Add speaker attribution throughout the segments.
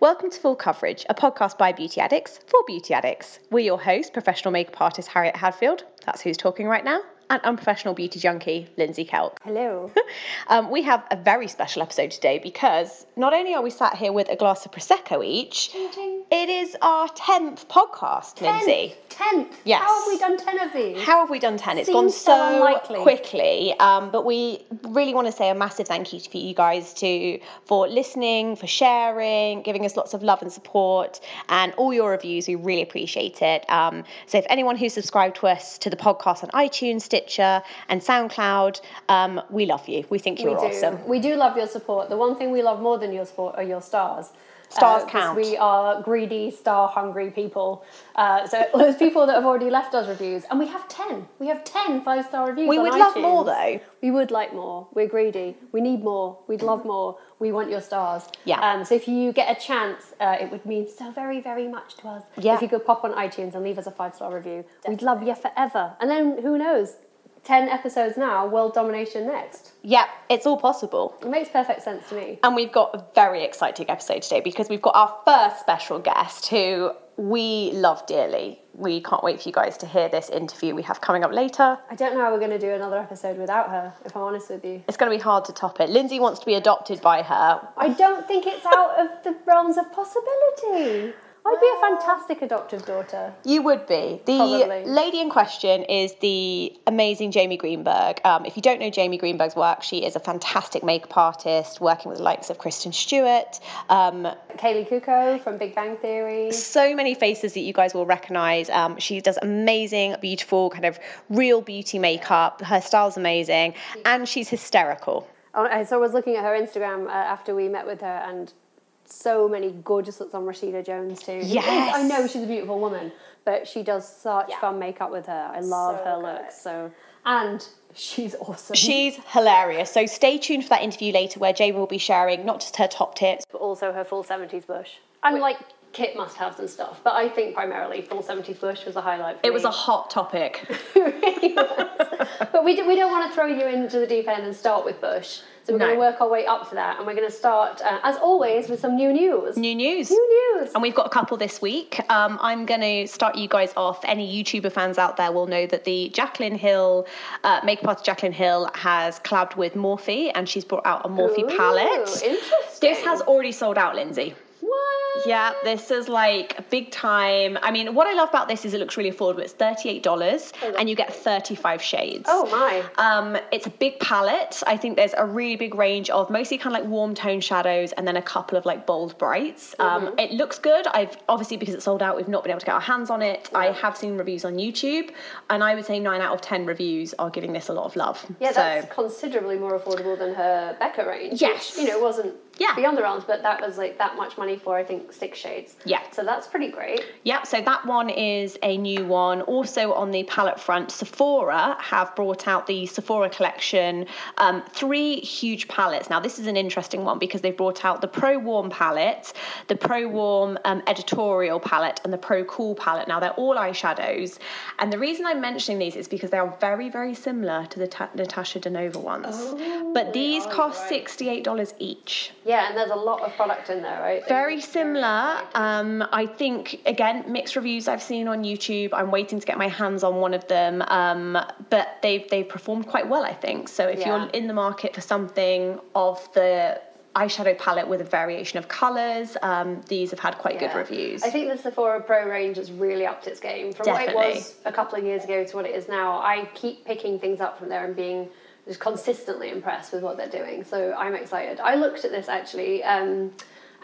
Speaker 1: Welcome to Full Coverage, a podcast by Beauty Addicts for beauty addicts. We're your hosts, professional makeup artist Harriet Hadfield, that's who's talking right now, and unprofessional beauty junkie Lindsay Kelp.
Speaker 2: Hello.
Speaker 1: Um, we have a very special episode today because not only are we sat here with a glass of Prosecco each, it is our 10th podcast, Lindsay.
Speaker 2: Tenth.
Speaker 1: Yes.
Speaker 2: How have we done ten of these?
Speaker 1: How have we done 10? It's
Speaker 2: Seems
Speaker 1: gone
Speaker 2: so
Speaker 1: so,
Speaker 2: unlikely.
Speaker 1: quickly. Um, but we really want to say a massive thank you to you guys to for listening, for sharing, giving us lots of love and support, and all your reviews. We really appreciate it. Um, so if anyone who's subscribed to us to the podcast on iTunes, Stitcher, and SoundCloud, um, we love you. We think
Speaker 2: we
Speaker 1: you're
Speaker 2: do.
Speaker 1: awesome.
Speaker 2: We do love your support. The one thing we love more than your support are your stars. Uh,
Speaker 1: Stars
Speaker 2: 'cause
Speaker 1: count.
Speaker 2: We are greedy, star hungry people. Uh, so all those people that have already left us reviews, and we have ten. We have ten five star reviews.
Speaker 1: We
Speaker 2: on
Speaker 1: would love more,
Speaker 2: iTunes.
Speaker 1: though.
Speaker 2: We would like more. We're greedy. We need more. We'd love more. We want your stars.
Speaker 1: Yeah.
Speaker 2: Um, so if you get a chance, uh, it would mean so very, very much to us.
Speaker 1: Yeah.
Speaker 2: If you could pop on iTunes and leave us a five star review, we'd love you forever. And then who knows? Ten episodes now, world domination next.
Speaker 1: Yep, it's all possible.
Speaker 2: It makes perfect sense to me.
Speaker 1: And we've got a very exciting episode today because we've got our first special guest who we love dearly. We can't wait for you guys to hear this interview we have coming up later.
Speaker 2: I don't know how we're going to do another episode without her, if I'm honest with you.
Speaker 1: It's going to be hard to top it. Lindsay wants to be adopted by her.
Speaker 2: I don't think it's out of the realms of possibility. I'd be a fantastic adoptive daughter.
Speaker 1: You would be. The
Speaker 2: Probably.
Speaker 1: lady in question is the amazing Jamie Greenberg. Um, if you don't know Jamie Greenberg's work, she is a fantastic makeup artist working with the likes of Kristen Stewart, um,
Speaker 2: Kaylee Kuko from Big Bang Theory.
Speaker 1: so many faces that you guys will recognize. Um, she does amazing, beautiful, kind of real beauty makeup. Her style's amazing, and she's hysterical.
Speaker 2: Oh, I so I was looking at her Instagram uh, after we met with her, and so many gorgeous looks on Rashida Jones too. Who
Speaker 1: Yes.
Speaker 2: is- I know she's a beautiful woman, but she does such fun makeup with her. I love her looks. So, and she's awesome.
Speaker 1: She's hilarious. So stay tuned for that interview later, where Jay will be sharing not just her top tips,
Speaker 2: but also her full seventies bush. I'm like Kit must have some stuff, but I think primarily full seventies bush was a highlight. For
Speaker 1: It was a hot topic.
Speaker 2: but we, do, we don't want to throw you into the deep end and start with bush. So we're
Speaker 1: No.
Speaker 2: going to work our way up to that, and we're going to start uh, as always with some new news.
Speaker 1: New news.
Speaker 2: New news.
Speaker 1: And we've got a couple this week. Um, I'm going to start you guys off. Any YouTuber fans out there will know that the Jacqueline Hill, uh, makeup artist Jacqueline Hill, has collabed with Morphe and she's brought out a Morphe
Speaker 2: Ooh,
Speaker 1: palette. This
Speaker 2: interesting.
Speaker 1: has already sold out, Lindsay.
Speaker 2: What?
Speaker 1: Yeah, this is like big time. I mean, what I love about this is it looks really affordable. It's $38 and you get 35 shades.
Speaker 2: Oh my.
Speaker 1: Um, it's a big palette. I think there's a really big range of mostly kind of like warm tone shadows and then a couple of like bold brights. Um,
Speaker 2: Mm-hmm.
Speaker 1: It looks good. I've obviously because it's sold out, we've not been able to get our hands on it. I have seen reviews on YouTube, and I would say nine out of ten reviews are giving this a lot of love.
Speaker 2: Yeah,
Speaker 1: so
Speaker 2: that's considerably more affordable than her Becca range.
Speaker 1: Yes.
Speaker 2: which, you know, wasn't
Speaker 1: Yeah.
Speaker 2: beyond the realms, but that was like that much money for I think six shades.
Speaker 1: Yeah.
Speaker 2: so that's pretty great.
Speaker 1: yeah, so that one is a new one. Also on the palette front, Sephora have brought out the Sephora collection, um, three huge palettes. Now this is an interesting one because they've brought out the Pro Warm palette, the Pro Warm um, editorial palette, and the Pro Cool palette. Now they're all eyeshadows, and the reason I'm mentioning these is because they are very very similar to the Ta- Natasha Denova ones, but these cost sixty eight dollars each.
Speaker 2: Yeah, and there's a lot of product in there, right?
Speaker 1: Very similar. Um, I think again mixed reviews I've seen on YouTube. I'm waiting to get my hands on one of them, um, but they've they've performed quite well. I think so. If
Speaker 2: Yeah.
Speaker 1: you're in the market for something of the eyeshadow palette with a variation of colours, um, these have had quite good
Speaker 2: Yeah.
Speaker 1: reviews.
Speaker 2: I think the Sephora Pro range has really upped its game from what it
Speaker 1: Definitely.
Speaker 2: was a couple of years ago to what it is now. I keep picking things up from there and being just consistently impressed with what they're doing. So I'm excited. I looked at this actually, um,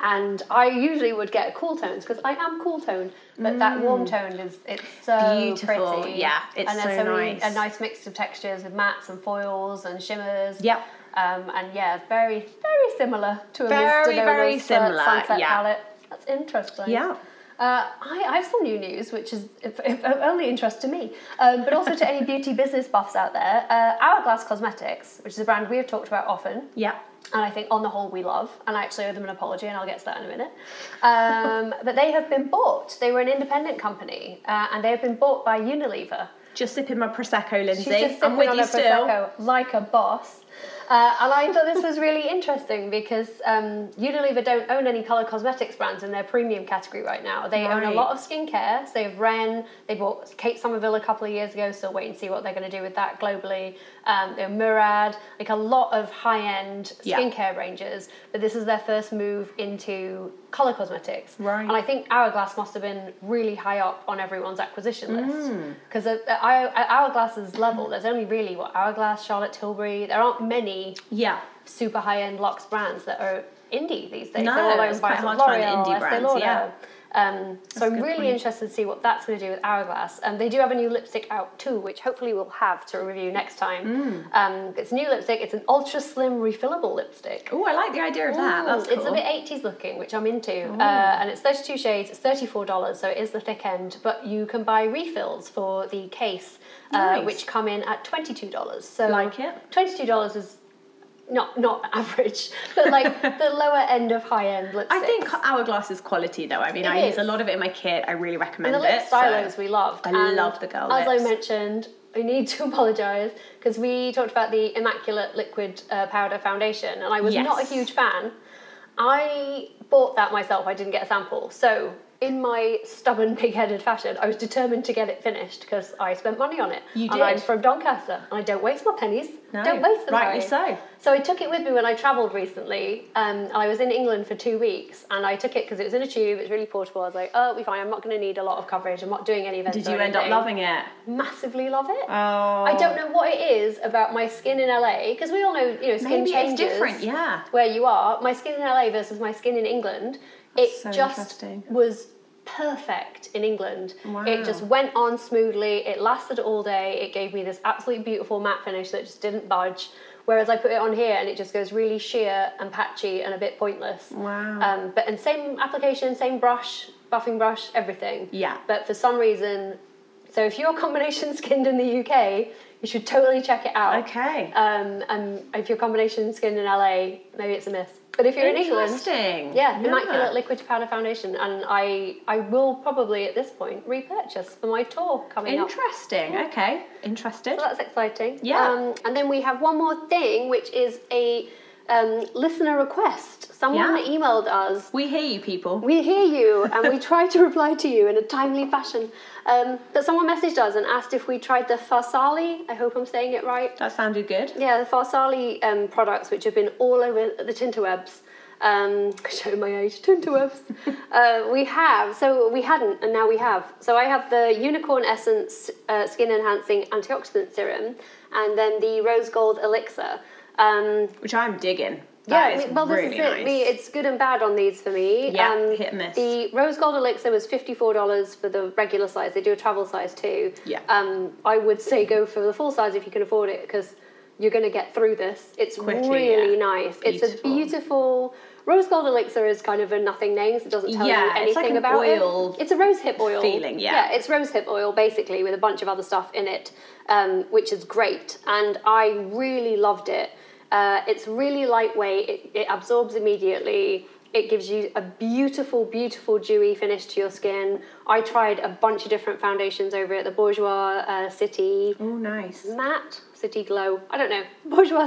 Speaker 2: and I usually would get cool tones because I am cool toned, but that warm tone is it's so
Speaker 1: Mm. Beautiful.
Speaker 2: pretty.
Speaker 1: Yeah, it's
Speaker 2: and there's
Speaker 1: so
Speaker 2: so many-
Speaker 1: nice.
Speaker 2: a nice mix of textures with mattes and foils and shimmers.
Speaker 1: Yep.
Speaker 2: Um, and yeah, very, very similar to Elise
Speaker 3: Very,
Speaker 2: Denola's,
Speaker 3: very
Speaker 2: uh,
Speaker 3: similar,
Speaker 2: Sunset
Speaker 3: yeah.
Speaker 2: palette. That's interesting.
Speaker 3: Yeah.
Speaker 2: Uh, I, I have some new news, which is of of only interest to me, um, but also to any beauty business buffs out there. Uh, Hourglass Cosmetics, which is a brand we have talked about often,
Speaker 3: Yeah.
Speaker 2: and I think on the whole we love, and I actually owe them an apology, and I'll get to that in a minute. Um, but they have been bought. They were an independent company, uh, and they have been bought by Unilever.
Speaker 3: Just sipping my prosecco, Lindsay.
Speaker 2: She's just sipping
Speaker 3: I'm with
Speaker 2: on
Speaker 3: you
Speaker 2: her
Speaker 3: still.
Speaker 2: prosecco like a boss. Uh, and I thought this was really interesting because um, Unilever don't own any color cosmetics brands in their premium category right now. They own
Speaker 3: Right.
Speaker 2: a lot of skincare. So they have Ren. They bought Kate Somerville a couple of years ago. Still wait and see what they're going to do with that globally. Um, they own Murad, like a lot of high-end
Speaker 3: Yeah.
Speaker 2: skincare ranges. But this is their first move into color cosmetics.
Speaker 3: Right.
Speaker 2: And I think Hourglass must have been really high up on everyone's acquisition list
Speaker 3: Mm.
Speaker 2: because at, at Hour- at Hourglass's level, there's only really what Hourglass, Charlotte Tilbury. There aren't many
Speaker 3: Yeah.
Speaker 2: super high end Lux brands that are indie these days.
Speaker 3: No,
Speaker 2: They're all
Speaker 3: it's
Speaker 2: owned by
Speaker 3: quite
Speaker 2: sort of
Speaker 3: hard to find
Speaker 2: L'Oreal,
Speaker 3: indie
Speaker 2: Estee
Speaker 3: brands,
Speaker 2: Lauder.
Speaker 3: yeah.
Speaker 2: Um,
Speaker 3: a
Speaker 2: so I'm
Speaker 3: good
Speaker 2: really
Speaker 3: point.
Speaker 2: interested to see what that's going to do with Hourglass. Um, they do have a new lipstick out too, which hopefully we'll have to review next time.
Speaker 3: Mm.
Speaker 2: Um, it's new lipstick. It's an ultra slim refillable lipstick.
Speaker 3: Oh, I like the idea of that.
Speaker 2: Ooh,
Speaker 3: That's cool.
Speaker 2: Oh,
Speaker 3: Oh.
Speaker 2: It's a bit 80s looking, which I'm into. Uh, and it's 32 shades, it's $34, so it is the thick end, but you can buy refills for the case, uh,
Speaker 3: Nice.
Speaker 2: which come in at $22. So
Speaker 3: Like it.
Speaker 2: $22 is not not average, but like the lower end of high end lipsticks.
Speaker 3: I think Hourglass is quality though. I mean,
Speaker 2: It
Speaker 3: I
Speaker 2: is.
Speaker 3: use a lot of it in my kit. I really recommend
Speaker 2: And the lip
Speaker 3: it. so-
Speaker 2: stylos we loved.
Speaker 3: I
Speaker 2: And
Speaker 3: love the girl
Speaker 2: As
Speaker 3: lips.
Speaker 2: I mentioned, I need to apologise because we talked about the Immaculate Liquid uh, Powder Foundation, and I was
Speaker 3: Yes.
Speaker 2: not a huge fan. I bought that myself. I didn't get a sample, so in my stubborn, pig-headed fashion, I was determined to get it finished because I spent money on it.
Speaker 3: You
Speaker 2: And I'm
Speaker 3: did.
Speaker 2: from Doncaster, and I don't waste my pennies.
Speaker 3: No,
Speaker 2: Don't waste them.
Speaker 3: rightly
Speaker 2: Harry.
Speaker 3: so.
Speaker 2: So I took it with me when I travelled recently. Um, I was in England for two weeks, and I took it because it was in a tube. It's really portable. I was like, oh, we fine. I'm not going to need a lot of coverage. I'm not doing any events.
Speaker 3: Did
Speaker 2: or
Speaker 3: you end up
Speaker 2: anything."
Speaker 3: loving it?
Speaker 2: Massively love it.
Speaker 3: Oh.
Speaker 2: I don't know what it is about my skin in LA because we all know you know skin
Speaker 3: Maybe it's
Speaker 2: changes.
Speaker 3: different, yeah.
Speaker 2: Where you are, my skin in LA versus my skin in England. It
Speaker 3: so
Speaker 2: just
Speaker 3: interesting.
Speaker 2: was perfect in England.
Speaker 3: Wow.
Speaker 2: It just went on smoothly. It lasted all day. It gave me this absolutely beautiful matte finish that just didn't budge. Whereas I put it on here and it just goes really sheer and patchy and a bit pointless.
Speaker 3: Wow.
Speaker 2: Um, but and same application, same brush, buffing brush, everything.
Speaker 3: Yeah.
Speaker 2: But for some reason, so if you're combination skinned in the UK, you should totally check it out.
Speaker 3: Okay.
Speaker 2: Um, and if you're combination skinned in LA, maybe it's a miss. But if you're in England,
Speaker 3: Interesting.
Speaker 2: yeah,
Speaker 3: Yeah.
Speaker 2: Immaculate Liquid Powder Foundation, and I I will probably at this point repurchase for my tour coming up.
Speaker 3: Interesting. Okay. Interested.
Speaker 2: Mm. So that's exciting.
Speaker 3: Yeah.
Speaker 2: Um, and then we have one more thing, which is a um, listener request. Someone
Speaker 3: Yeah.
Speaker 2: emailed us
Speaker 3: We hear you, people.
Speaker 2: we hear you and we try to reply to you in a timely fashion. Um, but someone messaged us and asked if we tried the Farsali, I hope I'm saying it right.
Speaker 3: that sounded good.
Speaker 2: Yeah, the Farsali um, products, which have been all over the Tinterwebs. Um, show my age, Tinterwebs. uh, we have, so we hadn't, and now we have. So I have the Unicorn Essence uh, Skin Enhancing Antioxidant Serum and then the Rose Gold Elixir. Um,
Speaker 3: Which I'm digging. That
Speaker 2: yeah,
Speaker 3: is
Speaker 2: we- well,
Speaker 3: really
Speaker 2: this is
Speaker 3: nice.
Speaker 2: it. We, it's good and bad on these for me. Um,
Speaker 3: Yeah, hit and miss.
Speaker 2: The rose gold elixir was fifty-four dollars for the regular size. They do a travel size too.
Speaker 3: Yeah.
Speaker 2: Um, I would say go for the full size if you can afford it because you're going to get through this. It's
Speaker 3: Quickly,
Speaker 2: really
Speaker 3: yeah.
Speaker 2: nice. It's a
Speaker 3: Beautiful.
Speaker 2: beautiful. Rose gold elixir is kind of a nothing name, so it doesn't tell
Speaker 3: Yeah,
Speaker 2: you anything
Speaker 3: it's like an
Speaker 2: about
Speaker 3: oil
Speaker 2: it. It's a rose hip oil
Speaker 3: feeling, yeah.
Speaker 2: Yeah, it's rose hip oil basically with a bunch of other stuff in it, um, which is great. And I really loved it. Uh, it's really lightweight, it, it absorbs immediately. It gives you a beautiful, beautiful dewy finish to your skin. I tried a bunch of different foundations over at the Bourjois uh, City
Speaker 3: Oh, nice.
Speaker 2: Mm. matte city glow i don't know bourgeois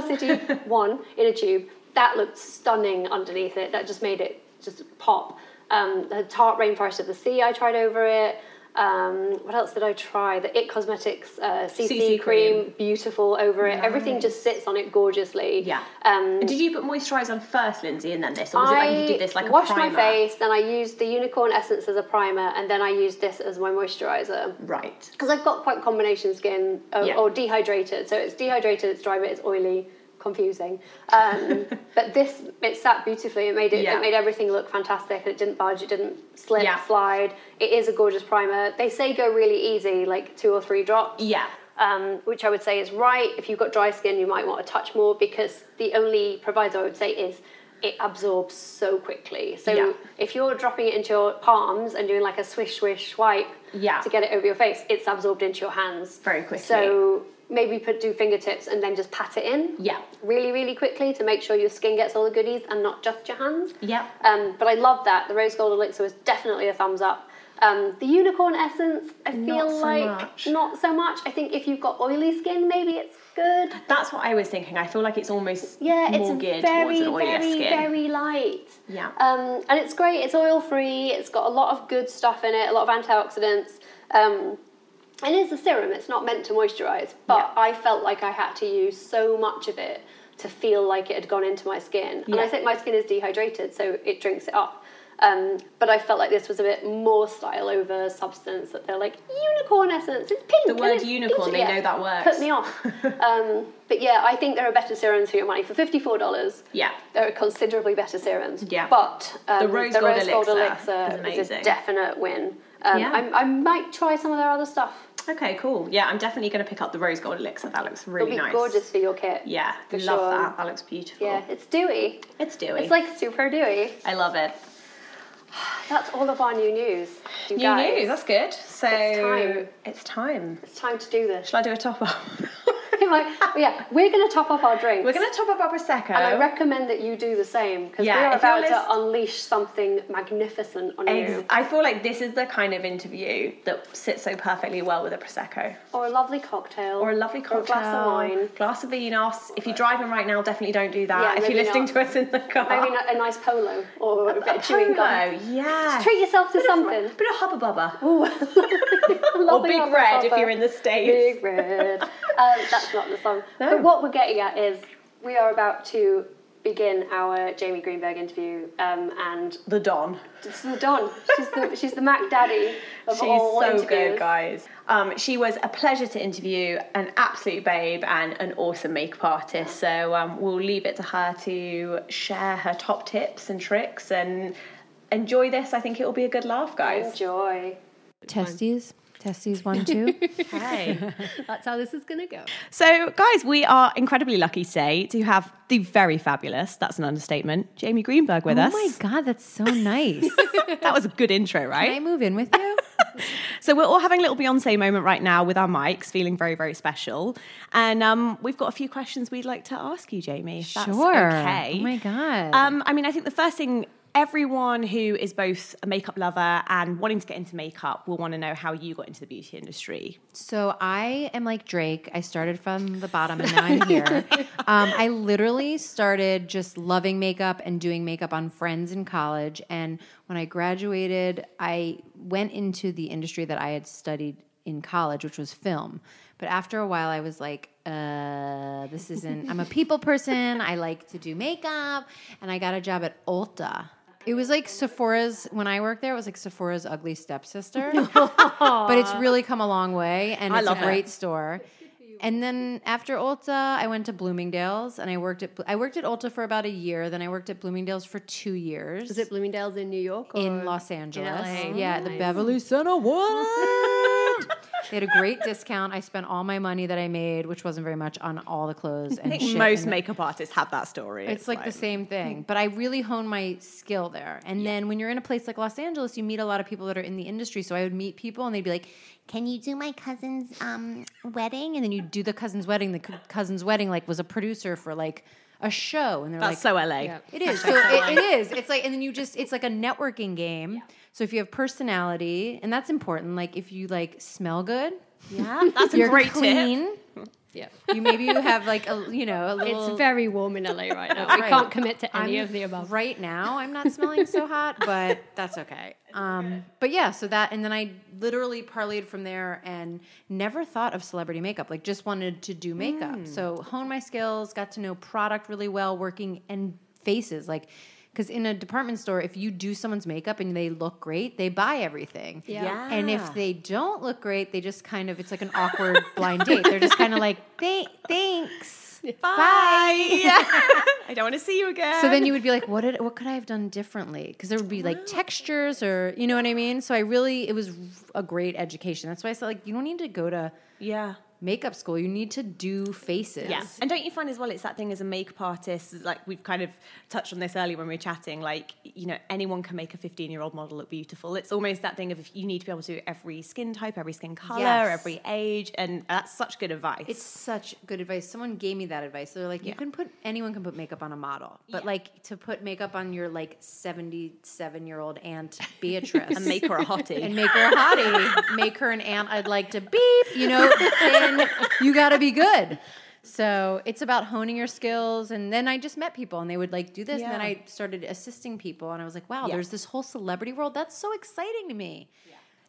Speaker 2: city one in a tube that looked stunning underneath it that just made it just pop um, the tart rainforest of the sea i tried over it um, what else did i try the it cosmetics uh, cc,
Speaker 3: CC
Speaker 2: cream,
Speaker 3: cream.
Speaker 2: beautiful over it everything just sits on it gorgeously
Speaker 3: Yeah.
Speaker 2: um,
Speaker 3: Did you put moisturiser on first, Lindsay, and then this, or was it like you did this like
Speaker 2: washed
Speaker 3: a primer?
Speaker 2: my face, then I used the unicorn essence as a primer, and then I used this as my moisturizer
Speaker 3: Right.
Speaker 2: because I've got quite combination skin or,
Speaker 3: Yeah.
Speaker 2: or dehydrated. So it's dehydrated, it's dry, but it's oily, confusing. Um, but this it sat beautifully. It made it,
Speaker 3: Yeah.
Speaker 2: it made everything look fantastic, and it didn't budge, it didn't slip,
Speaker 3: Yeah.
Speaker 2: slide. It is a gorgeous primer. They say go really easy, like two or three drops.
Speaker 3: Yeah.
Speaker 2: um, which I would say is right. If you've got dry skin, you might want to touch more because the only proviso I would say is it absorbs so quickly. So
Speaker 3: Yeah.
Speaker 2: if you're dropping it into your palms and doing like a swish, swish, swipe
Speaker 3: Yeah.
Speaker 2: to get it over your face, it's absorbed into your hands
Speaker 3: Very quickly.
Speaker 2: So maybe put do fingertips and then just pat it in.
Speaker 3: Yeah.
Speaker 2: Really, really quickly to make sure your skin gets all the goodies and not just your hands.
Speaker 3: Yeah.
Speaker 2: Um, but I love that. The rose gold elixir was definitely a thumbs up. Um, the unicorn essence, I feel
Speaker 3: Not so
Speaker 2: like
Speaker 3: much.
Speaker 2: not so much. I think if you've got oily skin, maybe it's good.
Speaker 3: That's what I was thinking. I feel like it's almost
Speaker 2: Yeah, it's
Speaker 3: more geared towards
Speaker 2: very,
Speaker 3: an oilier
Speaker 2: very,
Speaker 3: skin.
Speaker 2: very light.
Speaker 3: Yeah.
Speaker 2: Um, and it's great. It's oil free. It's got a lot of good stuff in it. A lot of antioxidants. Um, it is a serum. It's not meant to moisturise, but I felt like I had to use so much of it to feel like it had gone into my skin. And I
Speaker 3: Yeah.
Speaker 2: think my skin is dehydrated, so it drinks it up. Um, but I felt like this was a bit more style over substance. That they're like unicorn essence. It's pink.
Speaker 3: The
Speaker 2: and
Speaker 3: word
Speaker 2: it's
Speaker 3: unicorn, they
Speaker 2: peachy."
Speaker 3: know that works.
Speaker 2: Put me off. um, but yeah, I think there are better serums for your money. For fifty four dollars,
Speaker 3: Yeah.
Speaker 2: there are considerably better serums.
Speaker 3: Yeah.
Speaker 2: but um,
Speaker 3: The rose gold elixir is amazing.
Speaker 2: a definite win. Um,
Speaker 3: Yeah.
Speaker 2: I'm, I might try some of their other stuff.
Speaker 3: Okay, cool. Yeah, I'm definitely going to pick up the rose gold elixir. That looks really
Speaker 2: It'll be
Speaker 3: nice.
Speaker 2: gorgeous for your kit.
Speaker 3: Yeah,
Speaker 2: for
Speaker 3: love
Speaker 2: sure.
Speaker 3: that. That looks beautiful.
Speaker 2: Yeah, it's dewy.
Speaker 3: It's dewy.
Speaker 2: It's like super dewy.
Speaker 3: I love it.
Speaker 2: That's all of our new news. You
Speaker 3: New
Speaker 2: guys.
Speaker 3: news. That's good. So
Speaker 2: time.
Speaker 3: It's time.
Speaker 2: It's time to do this. oh,
Speaker 3: Shall I do a top up?
Speaker 2: yeah, we're going to top up our drinks.
Speaker 3: We're going to top up our prosecco.
Speaker 2: And I recommend that you do the same because
Speaker 3: Yeah,
Speaker 2: we are
Speaker 3: if you're
Speaker 2: about
Speaker 3: list-
Speaker 2: to unleash something magnificent on
Speaker 3: Ex-
Speaker 2: you.
Speaker 3: I feel like this is the kind of interview that sits so perfectly well with a prosecco
Speaker 2: Or a lovely cocktail.
Speaker 3: or a lovely cocktail,
Speaker 2: Or a glass of wine.
Speaker 3: glass of vinos. If you're driving right now, definitely don't do
Speaker 2: Yeah,
Speaker 3: that. if
Speaker 2: maybe
Speaker 3: you're listening
Speaker 2: not.
Speaker 3: to us in the car,
Speaker 2: Maybe a, a nice polo or a, bit of chewing
Speaker 3: polo.
Speaker 2: gum.
Speaker 3: Yeah,
Speaker 2: Treat yourself to
Speaker 3: Bit of-
Speaker 2: something.
Speaker 3: Bit of hubba bubba.
Speaker 2: or
Speaker 3: Big Red if you're in the States.
Speaker 2: Big Red. Um, that's not the song.
Speaker 3: No.
Speaker 2: But what we're getting at is we are about to begin our Jamie Greenberg interview um, and
Speaker 3: The Don.
Speaker 2: it's the Don. She's the, she's the Mac Daddy of
Speaker 3: She's
Speaker 2: all
Speaker 3: so
Speaker 2: interviews.
Speaker 3: good, guys. Um, she was a pleasure to interview, an absolute babe, and an awesome makeup artist. So um, we'll leave it to her to share her top tips and tricks and enjoy this. I think it will be a good laugh, guys.
Speaker 2: Enjoy.
Speaker 4: Testes. Testes one, two.
Speaker 3: Hey.
Speaker 4: That's how this is going to go.
Speaker 1: So, guys, we are incredibly lucky today to have the very fabulous, that's an understatement, Jamie Greenberg with
Speaker 4: Oh
Speaker 1: us.
Speaker 4: my God, that's so nice.
Speaker 1: That was a good intro,
Speaker 4: Can I
Speaker 1: right?
Speaker 4: move in with you?
Speaker 1: So, we're all having a little Beyonce moment right now with our mics, feeling very, very special. And um, we've got a few questions we'd like to ask you, Jamie. If that's
Speaker 4: Sure.
Speaker 1: okay.
Speaker 4: Oh my God.
Speaker 1: Um, I mean, I think the first thing everyone who is both a makeup lover and wanting to get into makeup will want to know how you got into the beauty industry.
Speaker 4: So I am like Drake. I started from the bottom and now I'm here. um, I literally started just loving makeup and doing makeup on friends in college. And when I graduated, I went into the industry that I had studied in college, which was film. But after a while, I was like, uh, this isn't, I'm a people person. I like to do makeup. And I got a job at Ulta. It was like Sephora's, when I worked there, it was like Sephora's ugly stepsister. but it's really come a long way and it's
Speaker 1: Uh, love
Speaker 4: a
Speaker 1: it.
Speaker 4: great store. And then after Ulta, I went to Bloomingdale's and I worked at I worked at Ulta for about a year. Then I worked at Bloomingdale's for two years.
Speaker 5: Is it Bloomingdale's in New York? Or?
Speaker 4: in Los Angeles?
Speaker 5: LA?
Speaker 4: Yeah, the Beverly Center. What? they had a great discount. I spent all my money that I made, which wasn't very much, on all the clothes and
Speaker 1: I think
Speaker 4: shit
Speaker 1: most
Speaker 4: in the-
Speaker 1: makeup artists have that story.
Speaker 4: it's like the same
Speaker 1: hmm.
Speaker 4: thing, but I really honed my skill there. And then when you're in a place like Los Angeles, you meet a lot of people that are in the industry. So I would meet people, and they'd be like, "Can you do my cousin's um, wedding?" And then you do the cousin's wedding. The cou- cousin's wedding like was a producer for like a show, and they're
Speaker 1: That's
Speaker 4: like,
Speaker 1: so LA.
Speaker 4: "It is." So it, it is. It's like, and then you just it's like a networking game. So if you have personality, and that's important. Like if you like smell good,
Speaker 1: Yeah, that's a
Speaker 4: you're
Speaker 1: great tip.
Speaker 4: clean.
Speaker 5: Yeah.
Speaker 4: You maybe you have like a you know a little.
Speaker 5: It's very warm in LA right now. We
Speaker 4: Right.
Speaker 5: can't commit to any
Speaker 4: I'm-
Speaker 5: of the above.
Speaker 4: Right now, I'm not smelling so hot, but that's okay. Um, but yeah, so that, and then I literally parlayed from there and never thought of celebrity makeup. Like, just wanted to do makeup.
Speaker 5: Hmm.
Speaker 4: So, honed my skills, got to know product really well, working and faces. Like, because in a department store, if you do someone's makeup and they look great, they buy everything.
Speaker 5: Yeah.
Speaker 4: And if they don't look great, they just kind of, it's like an awkward blind date. They're just kind of like, "Thank- thanks.
Speaker 1: Bye. I don't want to see you again.
Speaker 4: So then you would be like, what did what could I have done differently? Because there would be like textures or you know what I mean. So I really it was a great education. That's why I said like you don't need to go to
Speaker 1: yeah.
Speaker 4: makeup school. You need to do faces.
Speaker 1: Yeah. And don't you find as well it's that thing as a makeup artist, like we've kind of touched on this earlier when we were chatting, like, you know, anyone can make a 15 year old model look beautiful. It's almost that thing of if you need to be able to do every skin type, every skin color,
Speaker 4: Yes.
Speaker 1: every age. And that's such good advice.
Speaker 4: It's such good advice. Someone gave me that advice. They're like, you can put anyone can put makeup on a model, but like to put makeup on your like seventy-seven year old aunt Beatrice
Speaker 1: and make her a hottie.
Speaker 4: and make her a hottie, make her an aunt I'd like to beep. You know, then you got to be good. So it's about honing your skills. And then I just met people, and they would like do this, and then
Speaker 1: Yeah.
Speaker 4: I started assisting people, and I was like, wow,
Speaker 1: Yeah.
Speaker 4: there's this whole celebrity world that's so exciting to me.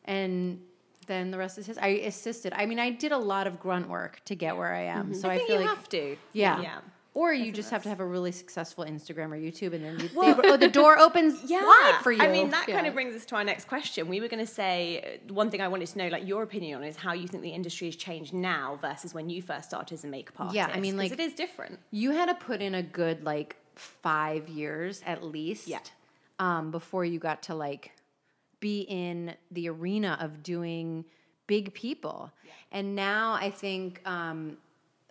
Speaker 4: And then the rest is his. I assisted. I mean, I did a lot of grunt work to get where I am. So
Speaker 1: Mm-hmm.
Speaker 4: I,
Speaker 1: I think
Speaker 4: feel
Speaker 1: you
Speaker 4: like
Speaker 1: have to.
Speaker 4: yeah.
Speaker 1: Yeah.
Speaker 4: Or you just have to have a really successful Instagram or YouTube, and then you, they- oh, the door opens wide for you.
Speaker 1: I mean, that kind
Speaker 5: Yeah.
Speaker 1: of brings us to our next question. We were going to say uh, one thing I wanted to know, like your opinion on, is how you think the industry has changed now versus when you first started as a makeup artist.
Speaker 4: Yeah, I mean,
Speaker 1: 'Cause
Speaker 4: like-
Speaker 1: it is different.
Speaker 4: you had to put in a good like five years at least
Speaker 1: Yeah.
Speaker 4: um, before you got to like be in the arena of doing big people and now i think um,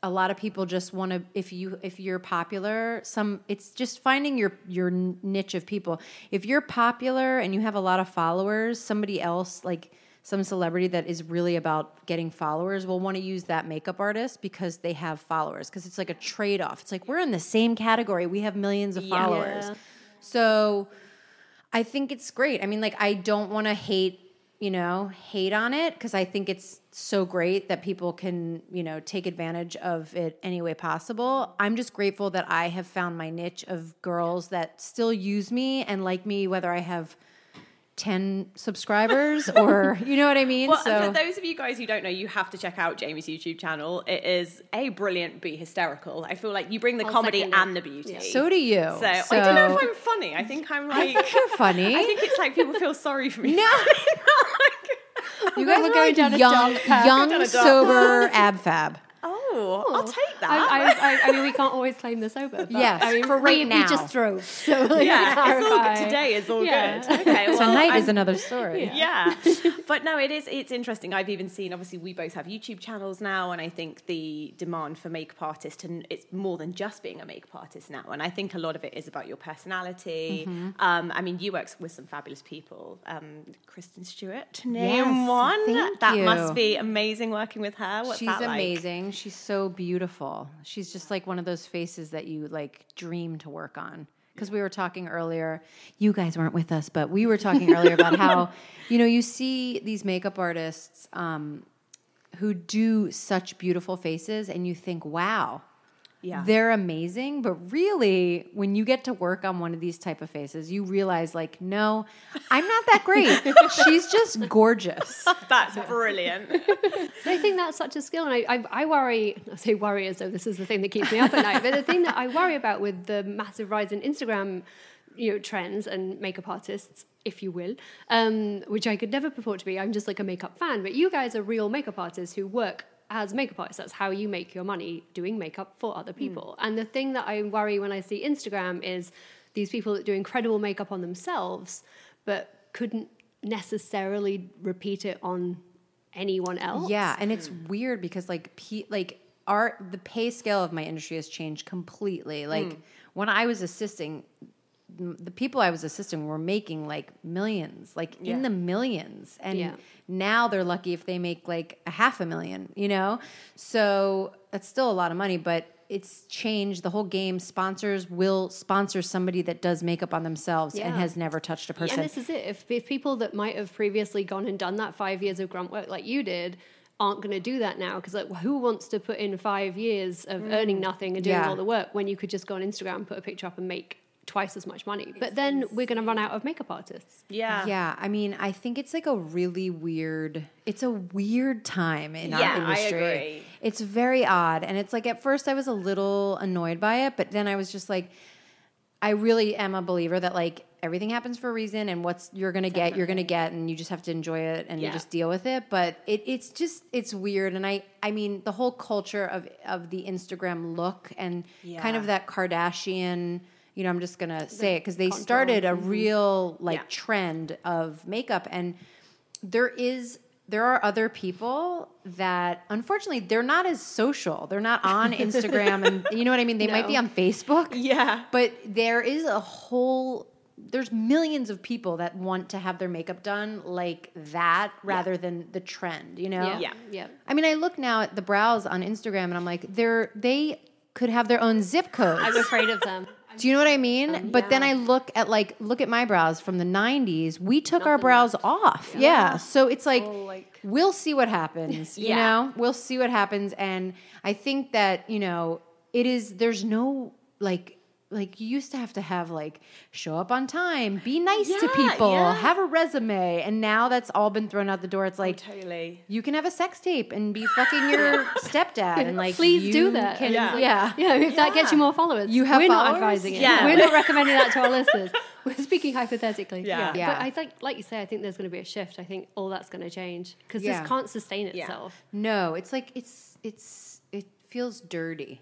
Speaker 4: a lot of people just want to if you if you're popular some it's just finding your your n- niche of people if you're popular and you have a lot of followers somebody else like some celebrity that is really about getting followers will want to use that makeup artist because they have followers because it's like a trade-off it's like we're in the same category we have millions of followers so I think it's great. I mean, like, I don't want to hate, you know, hate on it because I think it's so great that people can, you know, take advantage of it any way possible. I'm just grateful that I have found my niche of girls that still use me and like me, whether I have 10 subscribers or, you know what I mean?
Speaker 1: Well, and um, for those of you guys who don't know, you have to check out Jamie's YouTube channel. It is a brilliant, b hysterical. I feel like you bring the comedy
Speaker 5: second that.
Speaker 1: and the beauty.
Speaker 4: so do you.
Speaker 1: So, I don't know if I'm funny. I think I'm
Speaker 4: I
Speaker 1: like.
Speaker 4: think you're funny.
Speaker 1: I think it's like people feel sorry for me. No.
Speaker 4: you guys
Speaker 5: we're
Speaker 4: are
Speaker 5: going
Speaker 4: like
Speaker 5: down a
Speaker 4: young,
Speaker 5: dark path. We're down
Speaker 4: young,
Speaker 5: a dark
Speaker 4: sober ab fab.
Speaker 1: oh, I'll take that.
Speaker 5: I, I, I mean, we can't always claim the sober. But
Speaker 4: Yes,
Speaker 5: I mean,
Speaker 4: for
Speaker 5: we,
Speaker 4: right
Speaker 5: we
Speaker 4: now.
Speaker 5: just drove. So like, to
Speaker 1: yeah, it's all
Speaker 5: clarify.
Speaker 1: good today. It's all
Speaker 5: Yeah.
Speaker 1: good. Okay, well,
Speaker 4: Tonight
Speaker 1: I'm-
Speaker 4: is another story.
Speaker 1: yeah but no it is it's interesting i've even seen obviously we both have youtube channels now and i think the demand for makeup artists and it's more than just being a makeup artist now and i think a lot of it is about your personality
Speaker 4: Mm-hmm.
Speaker 1: um, i mean you work with some fabulous people um, kristen stewart to name
Speaker 4: Yes,
Speaker 1: one
Speaker 4: thank
Speaker 1: that
Speaker 4: you.
Speaker 1: must be amazing working with her What's
Speaker 4: She's
Speaker 1: that like?
Speaker 4: amazing. She's so beautiful. She's just like one of those faces that you like dream to work on. Because we were talking earlier, you guys weren't with us, but we were talking earlier about how, you know, you see these makeup artists um, who do such beautiful faces and you think, wow,
Speaker 1: yeah
Speaker 4: they're amazing but really when you get to work on one of these type of faces you realize like no i'm not that great she's just gorgeous
Speaker 1: that's brilliant
Speaker 5: But I think that's such a skill, and I, I, I worry. I say worry as though this is the thing that keeps me up at night. But the thing that I worry about with the massive rise in Instagram, you know, trends and makeup artists, if you will, um, which I could never purport to be. I'm just like a makeup fan. But you guys are real makeup artists who work as makeup artists. That's how you make your money doing makeup for other people. And the thing that I worry when I see Instagram is these people that do incredible makeup on themselves, but couldn't necessarily repeat it on anyone else.
Speaker 4: Yeah, and it's weird because like pe- like our the pay scale of my industry has changed completely. Like
Speaker 5: Hmm.
Speaker 4: when I was assisting m- the people I was assisting were making like millions, like in the millions. And
Speaker 5: Yeah.
Speaker 4: now they're lucky if they make like a half a million, you know? So that's still a lot of money, but it's changed the whole game. Sponsors will sponsor somebody that does makeup on themselves and
Speaker 5: Yeah.
Speaker 4: has never touched a person.
Speaker 5: And this is it. If, if people that might have previously gone and done that five years of grunt work like you did aren't going to do that now, because like, who wants to put in five years of earning nothing and doing
Speaker 4: Yeah.
Speaker 5: all the work when you could just go on Instagram, put a picture up, and make twice as much money? But then we're going to run out of makeup artists.
Speaker 1: yeah
Speaker 4: Yeah, I mean, I think it's like a really weird. It's a weird time in
Speaker 1: Yeah,
Speaker 4: our
Speaker 1: I
Speaker 4: industry.
Speaker 1: agree.
Speaker 4: It's very odd, and it's like at first I was a little annoyed by it, but then I was just like, I really am a believer that like everything happens for a reason, and what's you're gonna get, you're gonna get, and you just have to enjoy it and
Speaker 1: Yeah.
Speaker 4: you just deal with it. But it, it's just it's weird, and I I mean the whole culture of of the Instagram look and kind of
Speaker 1: Yeah.
Speaker 4: that Kardashian. You know, I'm just gonna say it because they started a real like
Speaker 1: Mm-hmm. Yeah.
Speaker 4: trend of makeup and there is there are other people that unfortunately they're not as social. They're not on Instagram and you know what I mean? They might be on Facebook.
Speaker 1: Yeah.
Speaker 4: But there is a whole there's millions of people that want to have their makeup done like that rather than the trend, you know?
Speaker 2: Yeah.
Speaker 1: Yeah.
Speaker 2: Yeah.
Speaker 4: I mean, I look now at the brows on Instagram and I'm like, they're they could have their own zip codes.
Speaker 2: I'm afraid of them.
Speaker 4: Do you know what I mean? but then I look at like look at my brows from the '90s. We took our brows off. Yeah. So it's like,
Speaker 2: like-
Speaker 4: we'll see what happens. You know, we'll see what happens. And I think that you know it is. There's no like like you used to have to have like show up on time, be nice to
Speaker 1: Yeah,
Speaker 4: people,
Speaker 1: yeah.
Speaker 4: have a resume, and now that's all been thrown out the door. It's like.
Speaker 1: Totally.
Speaker 4: You can have a sex tape and be fucking your stepdad and like
Speaker 2: Please
Speaker 4: you
Speaker 2: do that.
Speaker 4: can-
Speaker 1: Yeah.
Speaker 4: yeah.
Speaker 2: Yeah, if that gets you more followers,
Speaker 4: You have
Speaker 2: We're not
Speaker 4: followers?
Speaker 2: advising it.
Speaker 1: Yeah.
Speaker 2: we're not recommending that to our listeners. We're speaking hypothetically.
Speaker 1: Yeah.
Speaker 4: Yeah.
Speaker 2: But I think, like you say, I think there's going to be a shift. I think all that's going to change because
Speaker 4: Yeah.
Speaker 2: this can't sustain itself.
Speaker 4: No, it's like it's it's it feels dirty.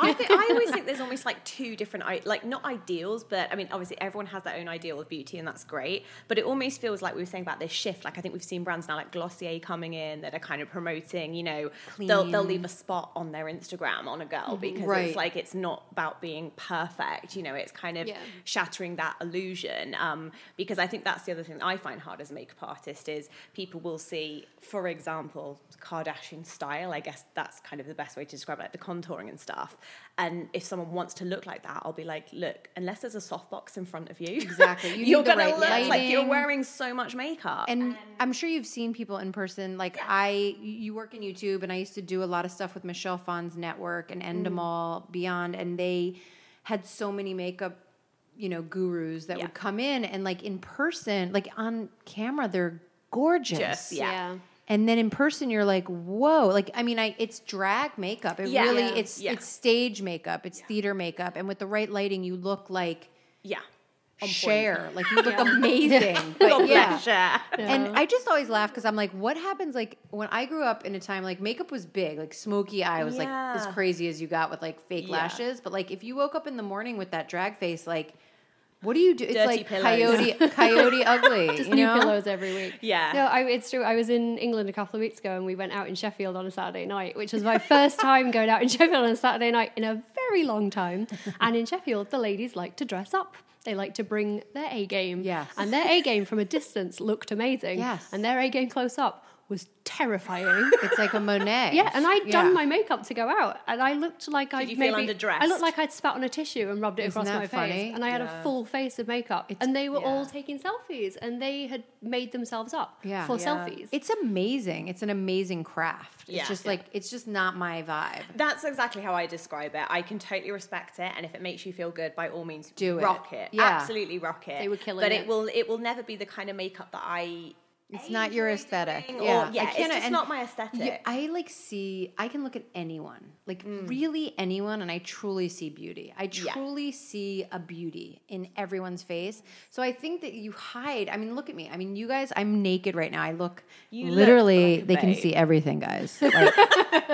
Speaker 1: I, think, I always think there's almost like two different, i- like not ideals, but I mean, obviously everyone has their own ideal of beauty, and that's great. But it almost feels like we were saying about this shift. Like I think we've seen brands now, like Glossier, coming in that are kind of promoting, you know, they'll they'll leave a spot on their Instagram on a girl because
Speaker 4: Right.
Speaker 1: it's like it's not about being perfect. You know, it's kind of
Speaker 2: Yeah.
Speaker 1: shattering that illusion. Um, because I think that's the other thing that I find hard as a makeup artist is people will see, for example, Kardashian style. I guess that's kind of the best way to describe it, like the contouring and stuff. And if someone wants to look like that, I'll be like, look, unless there's a softbox in front of you,
Speaker 4: Exactly. You need
Speaker 1: you're
Speaker 4: the
Speaker 1: gonna
Speaker 4: right
Speaker 1: look like you're
Speaker 4: lighting.
Speaker 1: wearing so much makeup.
Speaker 4: And I'm sure you've seen people in person. Like I, you work in YouTube, and I used to do a lot of stuff with Michelle Fawn's network and Endemol Beyond, and they had so many makeup, you know, gurus that
Speaker 1: Yeah.
Speaker 4: would come in and like in person, like on camera, they're gorgeous.
Speaker 1: Just, Yeah.
Speaker 4: And then in person, you're like, whoa! Like, I mean, I it's drag makeup. It
Speaker 1: Yeah.
Speaker 4: really,
Speaker 1: Yeah.
Speaker 4: it's
Speaker 1: Yeah.
Speaker 4: it's stage makeup, it's theater makeup, and with the right lighting, you look like
Speaker 1: yeah. On point.
Speaker 4: share. Like you look amazing. But yeah.
Speaker 1: Share.
Speaker 4: And I just always laugh because I'm like, what happens? Like when I grew up in a time like makeup was big, like smoky eye was
Speaker 1: Yeah.
Speaker 4: like as crazy as you got with like fake
Speaker 1: Yeah.
Speaker 4: lashes. But like if you woke up in the morning with that drag face, like what do you do? It's
Speaker 1: Dirty
Speaker 4: like
Speaker 1: pillows.
Speaker 4: coyote, coyote ugly.
Speaker 2: Just
Speaker 4: you
Speaker 2: new
Speaker 4: know?
Speaker 2: pillows every week.
Speaker 1: Yeah.
Speaker 2: No, I, it's true. I was in England a couple of weeks ago and we went out in Sheffield on a Saturday night, which was my first time going out in Sheffield on a Saturday night in a very long time. And in Sheffield, the ladies like to dress up. They like to bring their A game.
Speaker 4: Yes.
Speaker 2: And their A game from a distance looked amazing.
Speaker 4: Yes.
Speaker 2: And their A game close up was terrifying.
Speaker 4: It's like a Monet.
Speaker 2: Yeah, and I'd done
Speaker 4: Yeah.
Speaker 2: my makeup to go out, and I looked like I'd
Speaker 1: you feel
Speaker 2: maybe
Speaker 1: underdressed?
Speaker 2: I looked like I'd spat on a tissue and rubbed it
Speaker 4: Isn't
Speaker 2: across
Speaker 4: that
Speaker 2: my
Speaker 4: funny?
Speaker 2: face, and I had a full face of makeup. and they were all
Speaker 4: yeah.
Speaker 2: taking selfies, and they had made themselves up
Speaker 4: Yeah.
Speaker 2: for
Speaker 4: Yeah.
Speaker 2: selfies.
Speaker 4: It's amazing. It's an amazing craft.
Speaker 1: Yeah.
Speaker 4: It's just
Speaker 1: Yeah.
Speaker 4: like it's just not my vibe.
Speaker 1: That's exactly how I describe it. I can totally respect it, and if it makes you feel good, by all means,
Speaker 4: Do it.
Speaker 1: Rock it,
Speaker 4: Yeah.
Speaker 1: absolutely rock it.
Speaker 2: They were killing
Speaker 1: but
Speaker 2: it.
Speaker 1: it will, it will never be the kind of makeup that I.
Speaker 4: It's not your aesthetic.
Speaker 1: doing, or- Oh, yeah, it's just not my aesthetic.
Speaker 4: yeah, I like see. I can look at anyone, like
Speaker 1: Mm.
Speaker 4: really anyone, and I truly see beauty. I truly see a beauty in everyone's face. So I think that you hide. I mean, look at me. I mean, you guys. I'm naked right now. I look
Speaker 1: look
Speaker 4: literally.
Speaker 1: like a
Speaker 4: they can
Speaker 1: babe.
Speaker 4: see everything, guys. Like,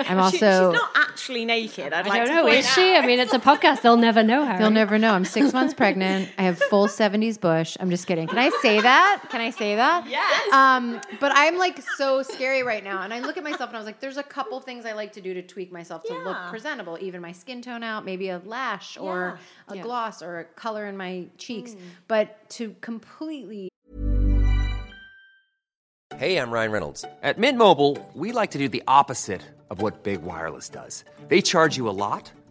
Speaker 4: I'm
Speaker 1: She-
Speaker 4: also.
Speaker 1: she's not actually naked. I'd
Speaker 2: I
Speaker 1: like
Speaker 2: don't
Speaker 1: to
Speaker 2: know,
Speaker 1: point
Speaker 2: is she?
Speaker 1: out.
Speaker 2: I mean, it's a podcast; they'll never know her.
Speaker 4: They'll never know. I'm six months pregnant. I have full 70s bush. I'm just kidding. Can I say that? Can I say that?
Speaker 1: Yes.
Speaker 4: Um, but I'm like so scary right now. And I look at myself and I was like, there's a couple things I like to do to tweak myself to look
Speaker 1: Yeah.
Speaker 4: presentable, even my skin tone out, maybe a lash or a gloss or a color in my cheeks.
Speaker 1: Mm.
Speaker 4: But to completely
Speaker 6: Hey, I'm Ryan Reynolds. At Mint Mobile, we like to do the opposite of what Big Wireless does. They charge you a lot,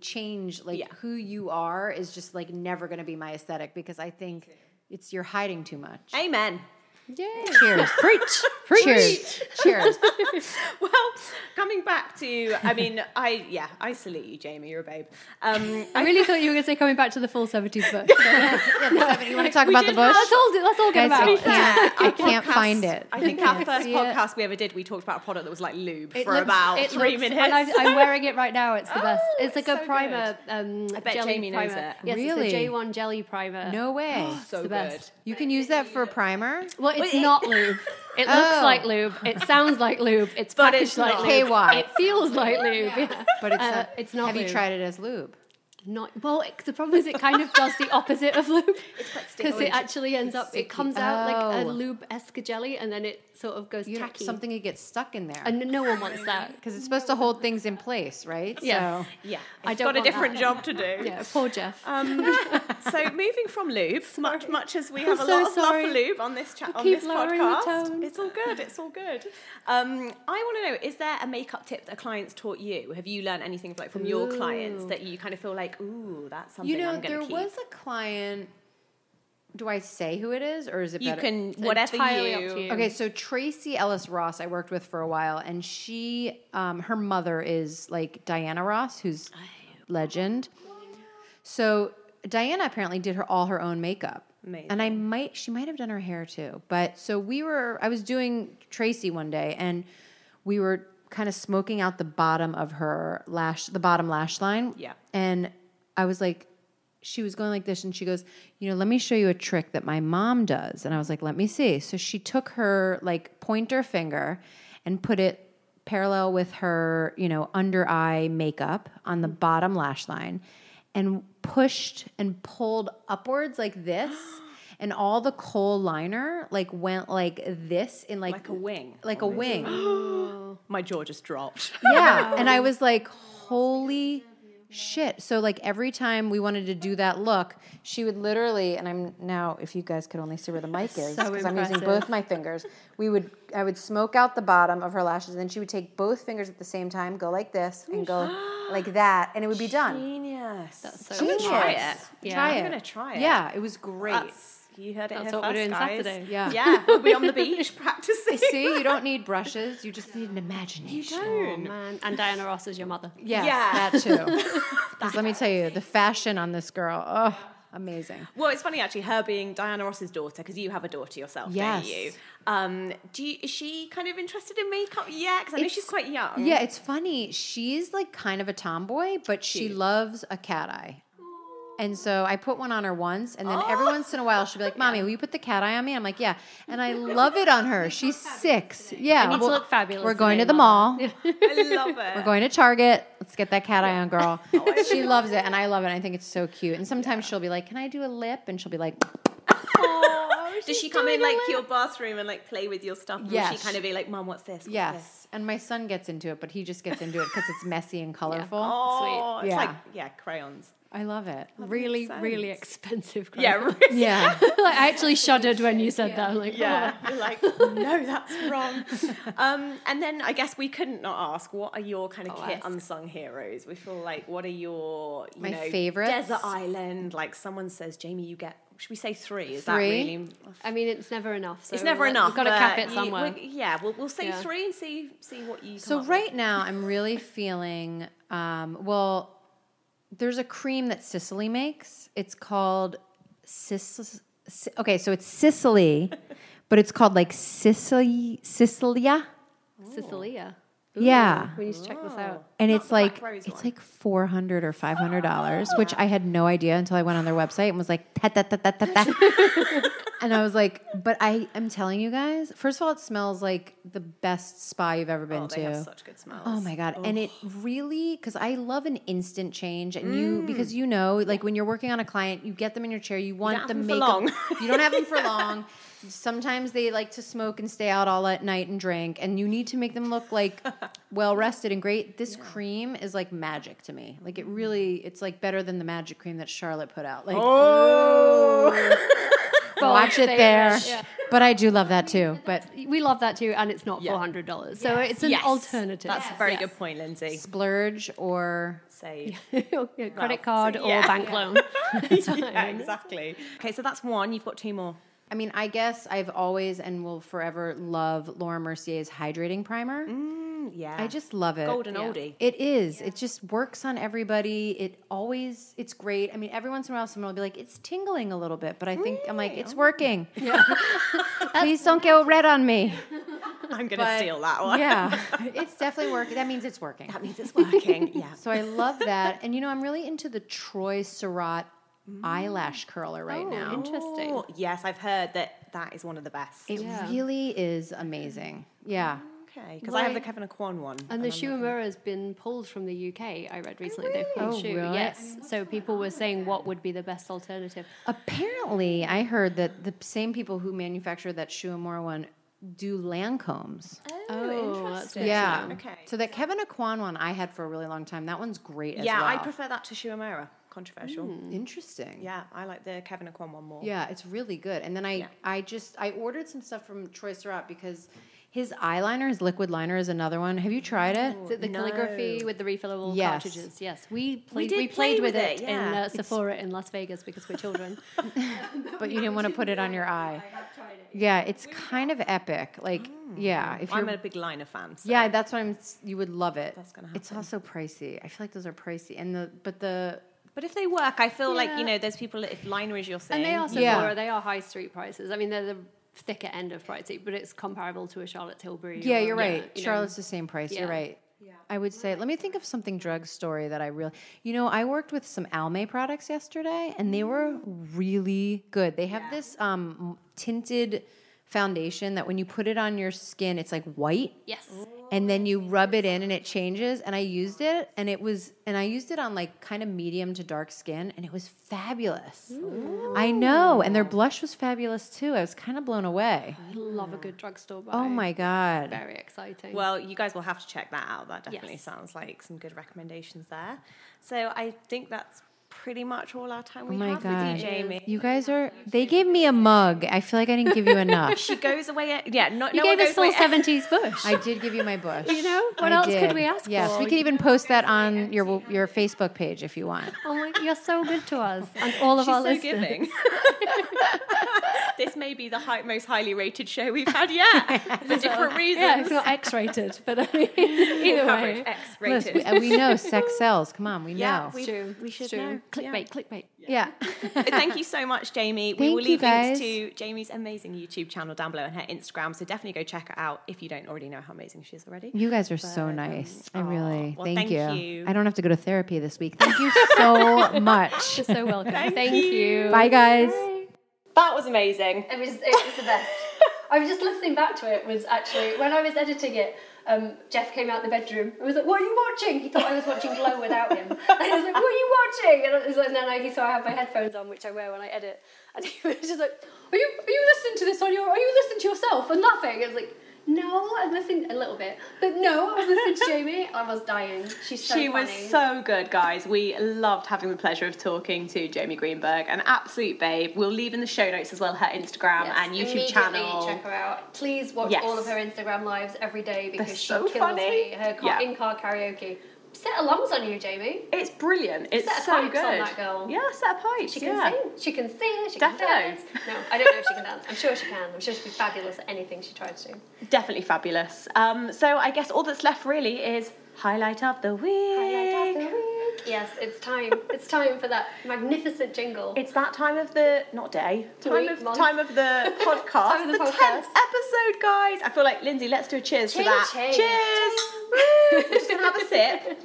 Speaker 4: change like
Speaker 1: Yeah.
Speaker 4: who you are is just like never going to be my aesthetic because I think it's you're hiding too much.
Speaker 1: Amen.
Speaker 4: Cheers. Preach. Cheers. Cheers.
Speaker 1: well, coming back to, I mean, I yeah, I salute you, Jamie. You're a babe. Um,
Speaker 5: I really thought you were going to say coming back to the full 70s book.
Speaker 4: you want to talk about the
Speaker 1: did
Speaker 4: bush?
Speaker 5: Let's all, do, let's all get
Speaker 4: Guys,
Speaker 5: about
Speaker 4: I
Speaker 5: it.
Speaker 4: can't, I
Speaker 1: our
Speaker 4: can't
Speaker 1: podcast-
Speaker 4: find it.
Speaker 1: I think our first
Speaker 4: see it.
Speaker 1: podcast we ever did, we talked about a product that was like lube for
Speaker 4: looks-
Speaker 1: about
Speaker 5: It
Speaker 1: three
Speaker 5: looks-
Speaker 1: minutes.
Speaker 5: And I've, I'm wearing it right now. It's the best.
Speaker 1: Oh,
Speaker 5: It's like
Speaker 1: it's
Speaker 5: a
Speaker 1: so
Speaker 5: primer. Um, I
Speaker 1: bet
Speaker 5: jelly
Speaker 1: Jamie knows
Speaker 5: primer.
Speaker 1: it.
Speaker 5: Yes,
Speaker 4: Really?
Speaker 5: it's a J1 jelly primer.
Speaker 4: No way.
Speaker 1: so
Speaker 5: the
Speaker 1: good.
Speaker 5: best.
Speaker 4: You can use that for a primer.
Speaker 5: Well, it's not lube. It
Speaker 4: Oh.
Speaker 5: looks like lube. It sounds like lube. It's
Speaker 1: But
Speaker 5: packaged
Speaker 1: it's
Speaker 5: like
Speaker 1: not.
Speaker 5: lube.
Speaker 4: KY.
Speaker 5: It feels like lube. yeah.
Speaker 4: But it's
Speaker 5: Uh,
Speaker 4: not.
Speaker 5: it's not
Speaker 4: Have you
Speaker 5: lube.
Speaker 4: tried it as lube?
Speaker 5: Not well. It, the problem is, it kind of does the opposite of lube because it actually ends up. It comes out like a
Speaker 4: Oh.
Speaker 5: lube esque jelly, and then it sort of goes
Speaker 4: You know,
Speaker 5: tacky.
Speaker 4: something you get stuck in there
Speaker 5: and no one wants that.
Speaker 4: because it's supposed to hold things in place, right?
Speaker 5: Yes.
Speaker 4: So
Speaker 1: yeah,
Speaker 5: I
Speaker 1: I've
Speaker 5: don't
Speaker 1: got a
Speaker 5: want that.
Speaker 1: different job to do.
Speaker 5: Yeah, poor Jeff.
Speaker 1: Um, so moving from lube, much much as we have a
Speaker 5: so
Speaker 1: lot of love
Speaker 5: sorry.
Speaker 1: for lube on this chat
Speaker 5: You
Speaker 1: on
Speaker 5: keep
Speaker 1: this
Speaker 5: lowering the
Speaker 1: podcast,
Speaker 5: tone.
Speaker 1: it's all good. It's all good. Um, I want to know: is there a makeup tip that clients taught you? Have you learned anything like from your clients that you kind of feel like, ooh, that's something
Speaker 4: you know,
Speaker 1: I'm going
Speaker 4: there
Speaker 1: to keep?
Speaker 4: was a client. Do I say who it is, or is it
Speaker 1: you
Speaker 4: better?
Speaker 1: can whatever
Speaker 5: entirely up
Speaker 1: you,
Speaker 5: to you.
Speaker 4: Okay, so Tracy Ellis Ross, I worked with for a while, and she, um, her mother is like Diana Ross, who's legend. So Diana apparently did her all her own makeup, and I might she might have done her hair too. But so we were, I was doing Tracy one day, and we were kind of smoking out the bottom of her lash, the bottom lash line.
Speaker 1: Yeah.
Speaker 4: and I was like, she was going like this and she goes, You know, let me show you a trick that my mom does. And I was like, Let me see. So she took her like pointer finger and put it parallel with her, you know, under eye makeup on the bottom lash line and pushed and pulled upwards like this. And all the coal liner like went like this in like,
Speaker 1: Like a wing.
Speaker 4: Like a wing.
Speaker 1: My jaw just dropped.
Speaker 4: Yeah. And I
Speaker 1: Oh.
Speaker 4: was like, holy shit. So, like, every time we wanted to do that look, she would literally, and I'm now, if you guys could only see where the mic is, because I'm using both my fingers, we would, I would smoke out the bottom of her lashes, and then she would take both fingers at the same time, go like this, and go like that, and it would be done.
Speaker 1: Genius. That's so
Speaker 4: Genius.
Speaker 1: Try it.
Speaker 5: Yeah.
Speaker 4: Try
Speaker 1: I'm
Speaker 4: it.
Speaker 1: gonna try it.
Speaker 4: Yeah, it was great.
Speaker 1: That's, you heard it
Speaker 5: That's
Speaker 1: here
Speaker 5: what we're
Speaker 1: first,
Speaker 5: doing
Speaker 1: guys.
Speaker 5: Saturday.
Speaker 4: Yeah.
Speaker 1: yeah. We'll be on the beach practicing.
Speaker 4: See, you don't need brushes. You just need an imagination.
Speaker 5: Oh, man. And Diana Ross is your mother.
Speaker 4: Yes,
Speaker 1: Yeah.
Speaker 4: that too. 'Cause let me tell you, the fashion on this girl, oh, amazing.
Speaker 1: Well, it's funny actually, her being Diana Ross's daughter, because you have a daughter yourself,
Speaker 4: Yes.
Speaker 1: don't you? Um, do you, is she kind of interested in makeup? Yeah, because I know
Speaker 4: It's-
Speaker 1: she's quite young.
Speaker 4: Yeah, it's funny. She's like kind of a tomboy, but she loves a cat eye. And so I put one on her once, and then every once in a while she'll be like, "Mommy, will you put the cat eye on me?" I'm like, "Yeah," and I love it on her. She's six. Yeah,
Speaker 5: need to look fabulous
Speaker 4: We're going to
Speaker 5: today,
Speaker 4: the mall.
Speaker 1: I
Speaker 4: Oh
Speaker 1: love it.
Speaker 4: We're going to Target. Let's get that cat eye on,
Speaker 5: Oh,
Speaker 4: girl. she loves it, and I love it. I think it's so cute. And sometimes she'll be like, "Can I do a lip?" And she'll be like,
Speaker 1: Does she come in like your bathroom and like play with your stuff? Will
Speaker 4: Yes.
Speaker 1: she kind of be like, Mom, what's this? What's This?
Speaker 4: "Yes." And my son gets into it, but he just gets into it because it's messy and colorful.
Speaker 1: Oh, it's
Speaker 4: Yeah.
Speaker 1: like yeah, crayons.
Speaker 4: I love it.
Speaker 5: Really, really expensive. Craig.
Speaker 1: Yeah, really.
Speaker 4: Yeah.
Speaker 5: like, I actually shuddered when you said that. I'm like,
Speaker 1: Yeah, you're like no, that's wrong. Um, and then I guess we couldn't not ask. What are your kind of kit unsung heroes? We feel like what are your you
Speaker 4: My
Speaker 1: know,
Speaker 4: favorites?
Speaker 1: Desert island. Like someone says, Jamie, you get. Should we say three? Is
Speaker 4: Three?
Speaker 1: that really?
Speaker 5: I mean, it's never enough. So
Speaker 1: It's never
Speaker 5: we've
Speaker 1: enough.
Speaker 5: We've got to
Speaker 1: but
Speaker 5: cap it
Speaker 1: you-
Speaker 5: somewhere.
Speaker 1: we- yeah, we'll, we'll say
Speaker 5: Yeah.
Speaker 1: three and see see what you. Come
Speaker 4: So
Speaker 1: up
Speaker 4: right now, I'm really feeling. Um, well, there's a cream that Sicily makes. It's called Sis. Si- Okay, so it's Sicily, but it's called like Sicily Sicilia.
Speaker 5: Sicilia.
Speaker 4: Yeah,
Speaker 5: We need to check this out.
Speaker 1: Oh.
Speaker 4: and it's like
Speaker 1: Rose
Speaker 4: it's like four hundred or five hundred dollars, which I had no idea until I went on their website and was like, "Ta, ta, ta, ta, ta, ta." and I was like, "But I am telling you guys, first of all, it smells like the best spa you've ever been
Speaker 1: with.
Speaker 4: to.
Speaker 1: Oh, They have such good smells.
Speaker 4: Oh my god! And it really because I love an instant change, and you
Speaker 1: Mm.
Speaker 4: because you know, like when you're working on a client, you get them in your chair. You want
Speaker 1: have
Speaker 4: the
Speaker 1: them for
Speaker 4: makeup.
Speaker 1: long.
Speaker 4: you don't have them for long. Sometimes they like to smoke and stay out all at night and drink, and you need to make them look like well rested and great. This cream is like magic to me. Like it
Speaker 1: Mm.
Speaker 4: really, it's like better than the magic cream that Charlotte put out. Like oh. watch it
Speaker 5: favorite.
Speaker 4: there.
Speaker 5: Yeah.
Speaker 4: But I do love that too. But
Speaker 5: We love that too, and it's not
Speaker 1: Yeah.
Speaker 5: four hundred dollars, so it's an
Speaker 1: Yes.
Speaker 5: alternative.
Speaker 1: That's a very good point, Lindsay.
Speaker 4: splurge or
Speaker 1: Save.
Speaker 5: Your credit
Speaker 1: Ralph,
Speaker 5: card
Speaker 1: so-
Speaker 5: or
Speaker 1: yeah.
Speaker 5: bank loan.
Speaker 1: yeah, exactly. Okay, so that's one. You've got two more.
Speaker 4: I mean, I guess I've always and will forever love Laura Mercier's hydrating primer.
Speaker 1: Mm, Yeah.
Speaker 4: I just love it.
Speaker 1: golden oldie.
Speaker 4: It is. It just works on everybody. It always, it's great. I mean, every once in a while, someone will be like, it's tingling a little bit, but I think, I'm like, it's working. Please don't go red on me.
Speaker 1: I'm going to steal that one.
Speaker 4: Yeah. It's definitely working. That means it's working.
Speaker 1: That means it's working. Yeah.
Speaker 4: So I love that. And, you know, I'm really into the Troy Surratt
Speaker 1: Mm.
Speaker 4: eyelash curler right now.
Speaker 5: Interesting.
Speaker 1: Oh, yes, I've heard that that is one of the best.
Speaker 4: It really is amazing. Yeah.
Speaker 1: Okay, because I have the Kevin Aquan one.
Speaker 5: And the shoe Umura has been pulled from the UK. I read recently they've pulled
Speaker 4: Oh,
Speaker 5: shoe.
Speaker 4: really?
Speaker 5: Yes, so people were saying what would be the best alternative.
Speaker 4: Apparently, I heard that the same people who manufacture that Shuamura one do Lancomes.
Speaker 5: Oh, that's good.
Speaker 4: yeah.
Speaker 1: Okay.
Speaker 4: So that Kevin Aquan one I had for a really long time. That one's great as
Speaker 1: yeah,
Speaker 4: well.
Speaker 1: I prefer that to Shuamura. Controversial.
Speaker 4: Interesting.
Speaker 1: Yeah, I like the Kevin Aquan one more.
Speaker 4: Mm. Yeah, it's really good. And then I, I just I ordered some stuff from Troy Surratt because his eyeliner, his liquid liner, is another one. Have you tried it?
Speaker 5: Is it the calligraphy with the refillable
Speaker 4: Yes.
Speaker 5: cartridges? Yes, we played.
Speaker 1: did
Speaker 5: We,
Speaker 1: play
Speaker 5: played
Speaker 1: with
Speaker 5: with
Speaker 1: it,
Speaker 5: it,
Speaker 1: yeah.
Speaker 5: in uh, Sephora in Las Vegas because we're children.
Speaker 4: but you didn't want to put it on your eye. Yeah, it's kind of epic. Like, yeah, if
Speaker 1: Mm. I'm
Speaker 4: you're
Speaker 1: a big liner fan. So.
Speaker 4: Yeah, that's what I'm. s- You would love it. That's
Speaker 1: gonna
Speaker 4: It's also pricey. I feel like those are pricey, and the but the
Speaker 1: But if they work, I feel like, you know, there's people, that if liner is your thing.
Speaker 5: and they are Sephora.
Speaker 4: Yeah.
Speaker 5: They are high street prices. I mean, they're the thicker end of pricey, but it's comparable to a Charlotte Tilbury.
Speaker 4: yeah,
Speaker 5: or,
Speaker 4: you're right.
Speaker 5: you know,
Speaker 4: Charlotte's the same price. You're
Speaker 5: Yeah.
Speaker 4: right. I would say, let me think of something drug story that I really, you know, I worked with some Almay products yesterday and they were really good. They have this um, tinted foundation that when you put it on your skin, it's like white.
Speaker 5: Yes.
Speaker 4: and then you rub it in and it changes and i used it and it was and i used it on like kind of medium to dark skin and it was fabulous i know and their blush was fabulous too i was kind of blown away
Speaker 5: I love a good drugstore buy.
Speaker 4: oh my god
Speaker 5: Very exciting.
Speaker 1: Well, you guys will have to check that out. That definitely
Speaker 5: Yes.
Speaker 1: sounds like some good recommendations there. So I think that's pretty much all our time we
Speaker 4: oh my
Speaker 1: have with
Speaker 4: god
Speaker 1: you, Jamie.
Speaker 4: you guys are they gave me a mug i feel like i didn't give you enough
Speaker 1: She goes away. At, yeah, no,
Speaker 5: you
Speaker 1: no one
Speaker 5: gave us
Speaker 1: goes
Speaker 5: full
Speaker 1: away at-
Speaker 5: seventies bush.
Speaker 4: i did give you my bush
Speaker 5: You know? What
Speaker 4: I
Speaker 5: else could
Speaker 4: did.
Speaker 5: we ask
Speaker 4: yes
Speaker 5: for?
Speaker 4: we could even post that on your your facebook page if you want
Speaker 5: Oh my, you're so good to us and all of
Speaker 1: She's
Speaker 5: our
Speaker 1: so
Speaker 5: listeners.
Speaker 1: giving. this may be the high, most highly rated show we've had yet for different reasons.
Speaker 5: Yeah, it's not X-rated, but I mean, either
Speaker 1: Coverage,
Speaker 5: way.
Speaker 1: X
Speaker 4: Liz,
Speaker 1: rated.
Speaker 4: we, uh, we know sex sells come on we know
Speaker 1: Yeah, we-
Speaker 5: It's true.
Speaker 1: we should
Speaker 5: It's true.
Speaker 1: know.
Speaker 5: Clickbait, clickbait.
Speaker 4: yeah
Speaker 1: Thank you so much, Jamie. we
Speaker 4: Thank
Speaker 1: will
Speaker 4: you,
Speaker 1: leave links
Speaker 4: guys.
Speaker 1: to Jamie's amazing YouTube channel down below and her Instagram. So definitely go check her out if you don't already know how amazing she is already.
Speaker 4: You guys are so nice. I really
Speaker 1: um, well,
Speaker 4: thank,
Speaker 1: thank
Speaker 4: you.
Speaker 1: you.
Speaker 4: I don't have to go to therapy this week. Thank you so much.
Speaker 5: You're so welcome. Thank you.
Speaker 4: Bye, guys.
Speaker 1: That was amazing.
Speaker 2: It was, it was the best. I was just listening back to it. Was actually when I was editing it, um, Jeff came out the bedroom and was like, "What are you watching?" He thought I was watching Glow without him. And I was like, "What are you watching?" And, I was like, and then I, he saw I had my headphones on, which I wear when I edit, and he was just like, "Are you are you listening to this on your? Are you listening to yourself and laughing?" I was like. No, I'm listening a little bit, but no, I was listening to Jamie. I was dying. She's so
Speaker 1: she
Speaker 2: funny.
Speaker 1: was so good, guys. We loved having the pleasure of talking to Jamie Greenberg, an absolute babe. We'll leave in the show notes as well her Instagram
Speaker 2: Yes,
Speaker 1: Um, and YouTube
Speaker 2: immediately
Speaker 1: channel.
Speaker 2: Check her out. Please watch
Speaker 1: Yes.
Speaker 2: all of her Instagram lives every day because she
Speaker 1: so
Speaker 2: kills
Speaker 1: funny.
Speaker 2: me. Her car,
Speaker 1: Yeah.
Speaker 2: in-car karaoke. Set alarms on you, Jamie.
Speaker 1: It's brilliant. It's
Speaker 2: Set a
Speaker 1: so
Speaker 2: pipes
Speaker 1: good.
Speaker 2: on that girl.
Speaker 1: Yeah, set a pipes.
Speaker 2: She can
Speaker 1: yeah.
Speaker 2: sing. She can sing. She
Speaker 1: Definitely.
Speaker 2: can dance. No, I don't know if she can dance. I'm sure she can. I'm sure she'd be fabulous at anything she tried to do.
Speaker 1: Definitely fabulous. Um, so I guess all that's left really is highlight of the week.
Speaker 2: Highlight of the week. Yes, it's time. It's time for that magnificent jingle.
Speaker 1: It's that time of the not day, time
Speaker 2: Week,
Speaker 1: of
Speaker 2: month.
Speaker 1: time of the podcast,
Speaker 2: Time of the
Speaker 1: tenth
Speaker 2: podcast.
Speaker 1: episode, guys. I feel like Lindsay. Let's do a cheers for
Speaker 2: Ching,
Speaker 1: that.
Speaker 2: ching.
Speaker 1: Cheers! Woo! We're just gonna have a sip.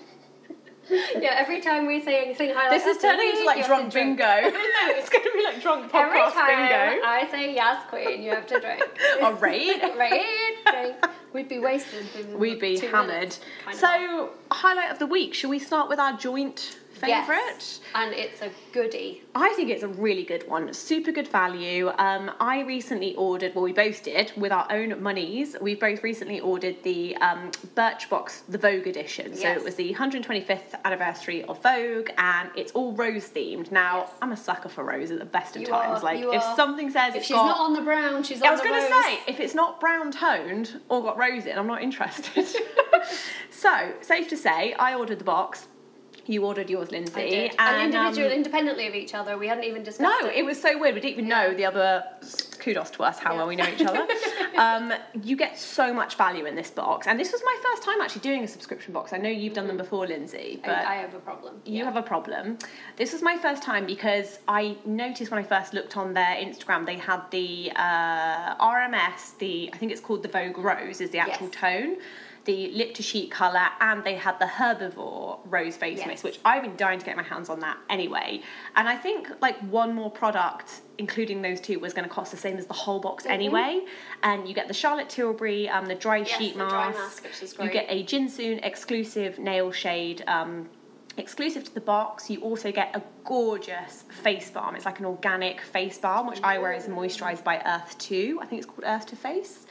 Speaker 2: yeah, every time we say anything highlight
Speaker 1: This
Speaker 2: of
Speaker 1: is
Speaker 2: the
Speaker 1: turning
Speaker 2: week,
Speaker 1: into
Speaker 2: you
Speaker 1: like
Speaker 2: have
Speaker 1: drunk
Speaker 2: to drink.
Speaker 1: bingo. no, it's gonna be like drunk podcast
Speaker 2: Every time
Speaker 1: bingo.
Speaker 2: I say yes, queen, you have to drink.
Speaker 1: All right.
Speaker 2: right? Drink. We'd be wasted.
Speaker 1: We'd be hammered.
Speaker 2: Kind of.
Speaker 1: So highlight of the week. Should we start with our joint Favourite?
Speaker 2: And it's a goodie.
Speaker 1: I think it's a really good one. Super good value. Um, I recently ordered, well, we both did with our own monies. We both recently ordered the um, Birchbox The Vogue edition. So
Speaker 2: Yes.
Speaker 1: it was the 125th anniversary of Vogue, and it's all rose themed. Now I'm a sucker for rose at the best of
Speaker 2: You
Speaker 1: times.
Speaker 2: are-
Speaker 1: like
Speaker 2: you
Speaker 1: if
Speaker 2: are.
Speaker 1: something says
Speaker 2: If
Speaker 1: it's
Speaker 2: she's
Speaker 1: got-
Speaker 2: not on the brown, she's on
Speaker 1: I was
Speaker 2: the
Speaker 1: going to
Speaker 2: rose.
Speaker 1: say, if it's not brown toned or got rose in, I'm not interested. so, safe to say, I ordered the box. You ordered yours, Lindsay. um,
Speaker 2: I did. and individual, independently of each other, we hadn't even discussed
Speaker 1: No,
Speaker 2: it.
Speaker 1: it was so weird. We didn't even know the other. Kudos to us, how well we know each other. um, you get so much value in this box, and this was my first time actually doing a subscription box. I know you've done them before, Lindsay, but
Speaker 2: I, I have a problem.
Speaker 1: you have a problem. This was my first time because I noticed when I first looked on their Instagram, they had the uh, RMS, the I think it's called the Vogue Rose, is the actual
Speaker 2: Yes.
Speaker 1: tone, the lip to sheet color, and they had the Herbivore Rose Face
Speaker 2: Yes.
Speaker 1: Mist, which I've been dying to get my hands on that anyway. And I think like one more product, including those two, was going to cost the same as the whole box anyway. And you get the Charlotte Tilbury, um, the dry
Speaker 2: Mm-hmm. Yes,
Speaker 1: sheet
Speaker 2: the
Speaker 1: mask.
Speaker 2: dry mask, which is
Speaker 1: You
Speaker 2: great.
Speaker 1: get a Jinsoon exclusive nail shade. Um, exclusive to the box, you also get a gorgeous face balm. It's like an organic face balm, which I wear as moisturised by Earth 2. I think it's called Earth to Face.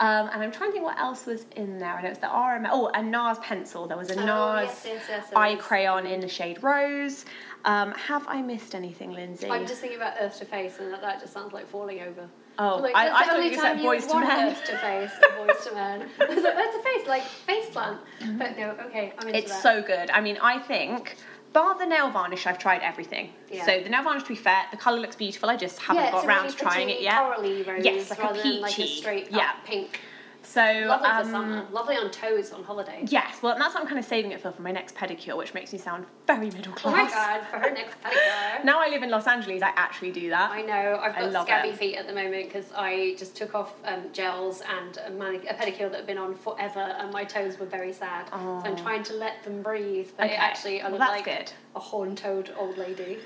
Speaker 1: Um, and I'm trying to think what else was in there. I know it's the RM. Oh, a NARS pencil. There was a NARS
Speaker 2: Oh, yes, yes, yes, there
Speaker 1: eye
Speaker 2: was.
Speaker 1: crayon in the shade rose. Um, have I missed anything, Lindsay?
Speaker 2: I'm just thinking about Earth to Face, and that, that just sounds like falling over.
Speaker 1: Oh,
Speaker 2: I'm like,
Speaker 1: I-
Speaker 2: that's
Speaker 1: I
Speaker 2: the
Speaker 1: thought
Speaker 2: only
Speaker 1: you said
Speaker 2: time would
Speaker 1: Boyz II
Speaker 2: want
Speaker 1: Men.
Speaker 2: Earth to Face, or Boys to Men. I was like, Earth to Face, like face plant. But no, okay, I'm into
Speaker 1: It's
Speaker 2: that.
Speaker 1: so good. I mean, I think, bar the nail varnish, I've tried everything.
Speaker 2: Yeah.
Speaker 1: So the nail varnish, to be fair, the colour looks beautiful. I just haven't
Speaker 2: yeah,
Speaker 1: got
Speaker 2: it's a
Speaker 1: round
Speaker 2: really
Speaker 1: to trying it
Speaker 2: pretty
Speaker 1: yet.
Speaker 2: corally rose
Speaker 1: yes, like
Speaker 2: rather
Speaker 1: a
Speaker 2: than like a
Speaker 1: peachy.
Speaker 2: straight
Speaker 1: yeah.
Speaker 2: up pink.
Speaker 1: So
Speaker 2: Lovely
Speaker 1: um,
Speaker 2: for summer. Lovely on toes on holiday.
Speaker 1: Yes, well, and that's what I'm kind of saving it for for my next pedicure, which makes me sound very middle
Speaker 2: Oh
Speaker 1: class.
Speaker 2: my god, for her next pedicure.
Speaker 1: Now I live in Los Angeles, I actually do that.
Speaker 2: I know. I've
Speaker 1: I
Speaker 2: got
Speaker 1: love
Speaker 2: scabby
Speaker 1: it.
Speaker 2: feet at the moment because I just took off um, gels and a, manic- a pedicure that had been on forever, and my toes were very sad. So I'm trying to let them breathe, but
Speaker 1: Oh. Okay.
Speaker 2: it actually I
Speaker 1: Well,
Speaker 2: look
Speaker 1: that's
Speaker 2: like
Speaker 1: good.
Speaker 2: a horn-toed old lady.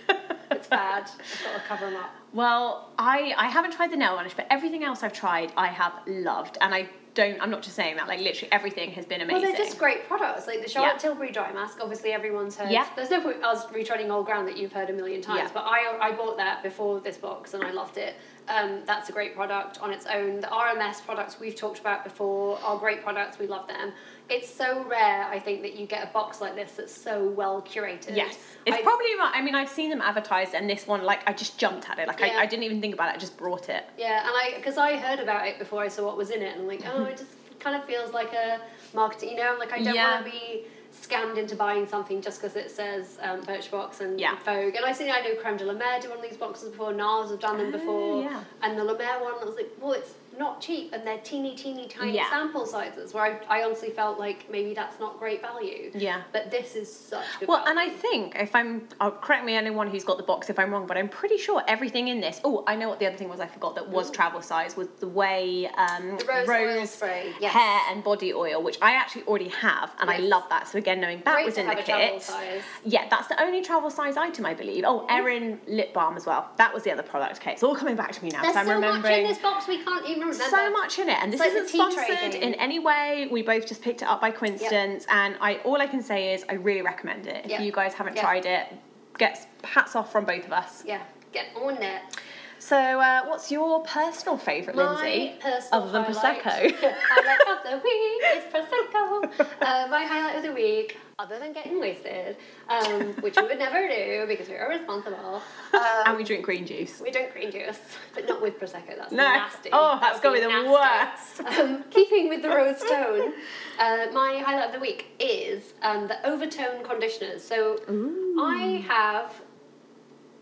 Speaker 2: it's bad. I've got to cover them up.
Speaker 1: Well, I, I haven't tried the nail varnish, but everything else I've tried, I have loved. And I don't, I'm not just saying that, like, literally everything has been amazing.
Speaker 2: Well, they're just great products. Like the Charlotte
Speaker 1: Yeah.
Speaker 2: Tilbury dry mask, obviously everyone's heard.
Speaker 1: Yeah.
Speaker 2: There's no point us retreading old ground that you've heard a million times.
Speaker 1: Yeah.
Speaker 2: But I, I bought that before this box and I loved it. Um, that's a great product on its own. The RMS products we've talked about before are great products. We love them. It's so rare, I think, that you get a box like this that's so well curated.
Speaker 1: Yes, it's
Speaker 2: I-
Speaker 1: probably. my- I mean, I've seen them advertised, and this one, like, I just jumped at it. Like,
Speaker 2: Yeah.
Speaker 1: I, I didn't even think about it. I just brought it.
Speaker 2: Yeah, and I because I heard about it before I saw what was in it, and I'm like, oh, it just kind of feels like a marketing, you know, like I don't
Speaker 1: Yeah.
Speaker 2: want to be scammed into buying something just because it says um, Birchbox and
Speaker 1: Yeah.
Speaker 2: Vogue. And I see, I know Creme de la Mer did one of these boxes before, Nars have done them before,
Speaker 1: Oh, yeah.
Speaker 2: and the La Mer one. I was like, well, it's not cheap, and they're teeny, teeny, tiny
Speaker 1: Yeah.
Speaker 2: sample sizes. Where I, I honestly felt like maybe that's not great value.
Speaker 1: Yeah.
Speaker 2: but this is such good.
Speaker 1: Well, and I
Speaker 2: value.
Speaker 1: think if I'm, oh, correct me anyone who's got the box if I'm wrong, but I'm pretty sure everything in this. Oh, I know what the other thing was I forgot that was travel size was the way um,
Speaker 2: The rose Mm. oil spray, yes.
Speaker 1: hair and body oil, which I actually already have, and I
Speaker 2: Yes.
Speaker 1: love that. So again, knowing that
Speaker 2: Great
Speaker 1: was
Speaker 2: to
Speaker 1: in the
Speaker 2: have a travel
Speaker 1: kit,
Speaker 2: size. Mm.
Speaker 1: yeah, that's the only travel size item I believe. Oh, Erin lip balm as well. That was the other product. Okay, it's all coming back to me now.
Speaker 2: There's
Speaker 1: so I'm
Speaker 2: so much
Speaker 1: remembering
Speaker 2: in this box we can't even remember.
Speaker 1: so much in it, and this
Speaker 2: It's like the
Speaker 1: isn't
Speaker 2: tea tray
Speaker 1: sponsored
Speaker 2: thing.
Speaker 1: in any way. We both just picked it up by coincidence, and I all I can say is I really recommend it. If
Speaker 2: Yep.
Speaker 1: you guys haven't
Speaker 2: Yep.
Speaker 1: tried it, get hats off from both of us.
Speaker 2: Yeah, get on it.
Speaker 1: So, uh, what's your personal favourite, Lindsay?
Speaker 2: My personal
Speaker 1: other than
Speaker 2: highlight-
Speaker 1: prosecco.
Speaker 2: highlight of the week is prosecco. Uh, my highlight of the week, other than getting wasted, um, which we would never do because we're irresponsible. Um,
Speaker 1: and we drink green juice.
Speaker 2: we drink green juice, but not with prosecco. That's
Speaker 1: No.
Speaker 2: nasty.
Speaker 1: Oh,
Speaker 2: That
Speaker 1: that's
Speaker 2: would
Speaker 1: gotta be the
Speaker 2: nasty. Um, keeping with the rose tone, uh, my highlight of the week is um, the overtone conditioners. So I have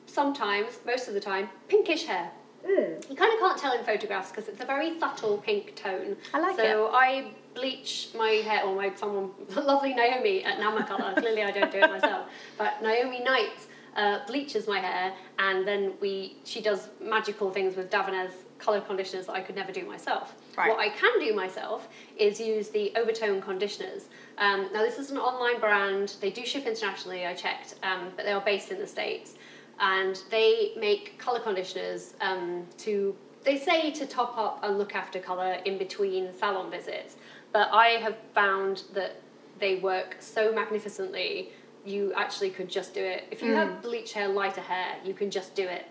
Speaker 2: sometimes, most of the time, pinkish hair.
Speaker 1: Hmm.
Speaker 2: You kind of can't tell in photographs because it's a very subtle pink tone.
Speaker 1: I like
Speaker 2: so
Speaker 1: it.
Speaker 2: so I bleach my hair, or my someone, lovely Naomi at Namacolor. Clearly, I don't do it myself, but Naomi Knight uh, bleaches my hair, and then we she does magical things with Davina's color conditioners that I could never do myself.
Speaker 1: Right.
Speaker 2: What I can do myself is use the overtone conditioners. Um, now, this is an online brand. They do ship internationally. I checked, um, but they are based in the states, and they make color conditioners um, to they say to top up and look after colour in between salon visits, but I have found that they work so magnificently you actually could just do it. If you have bleach hair, lighter hair, you can just do it,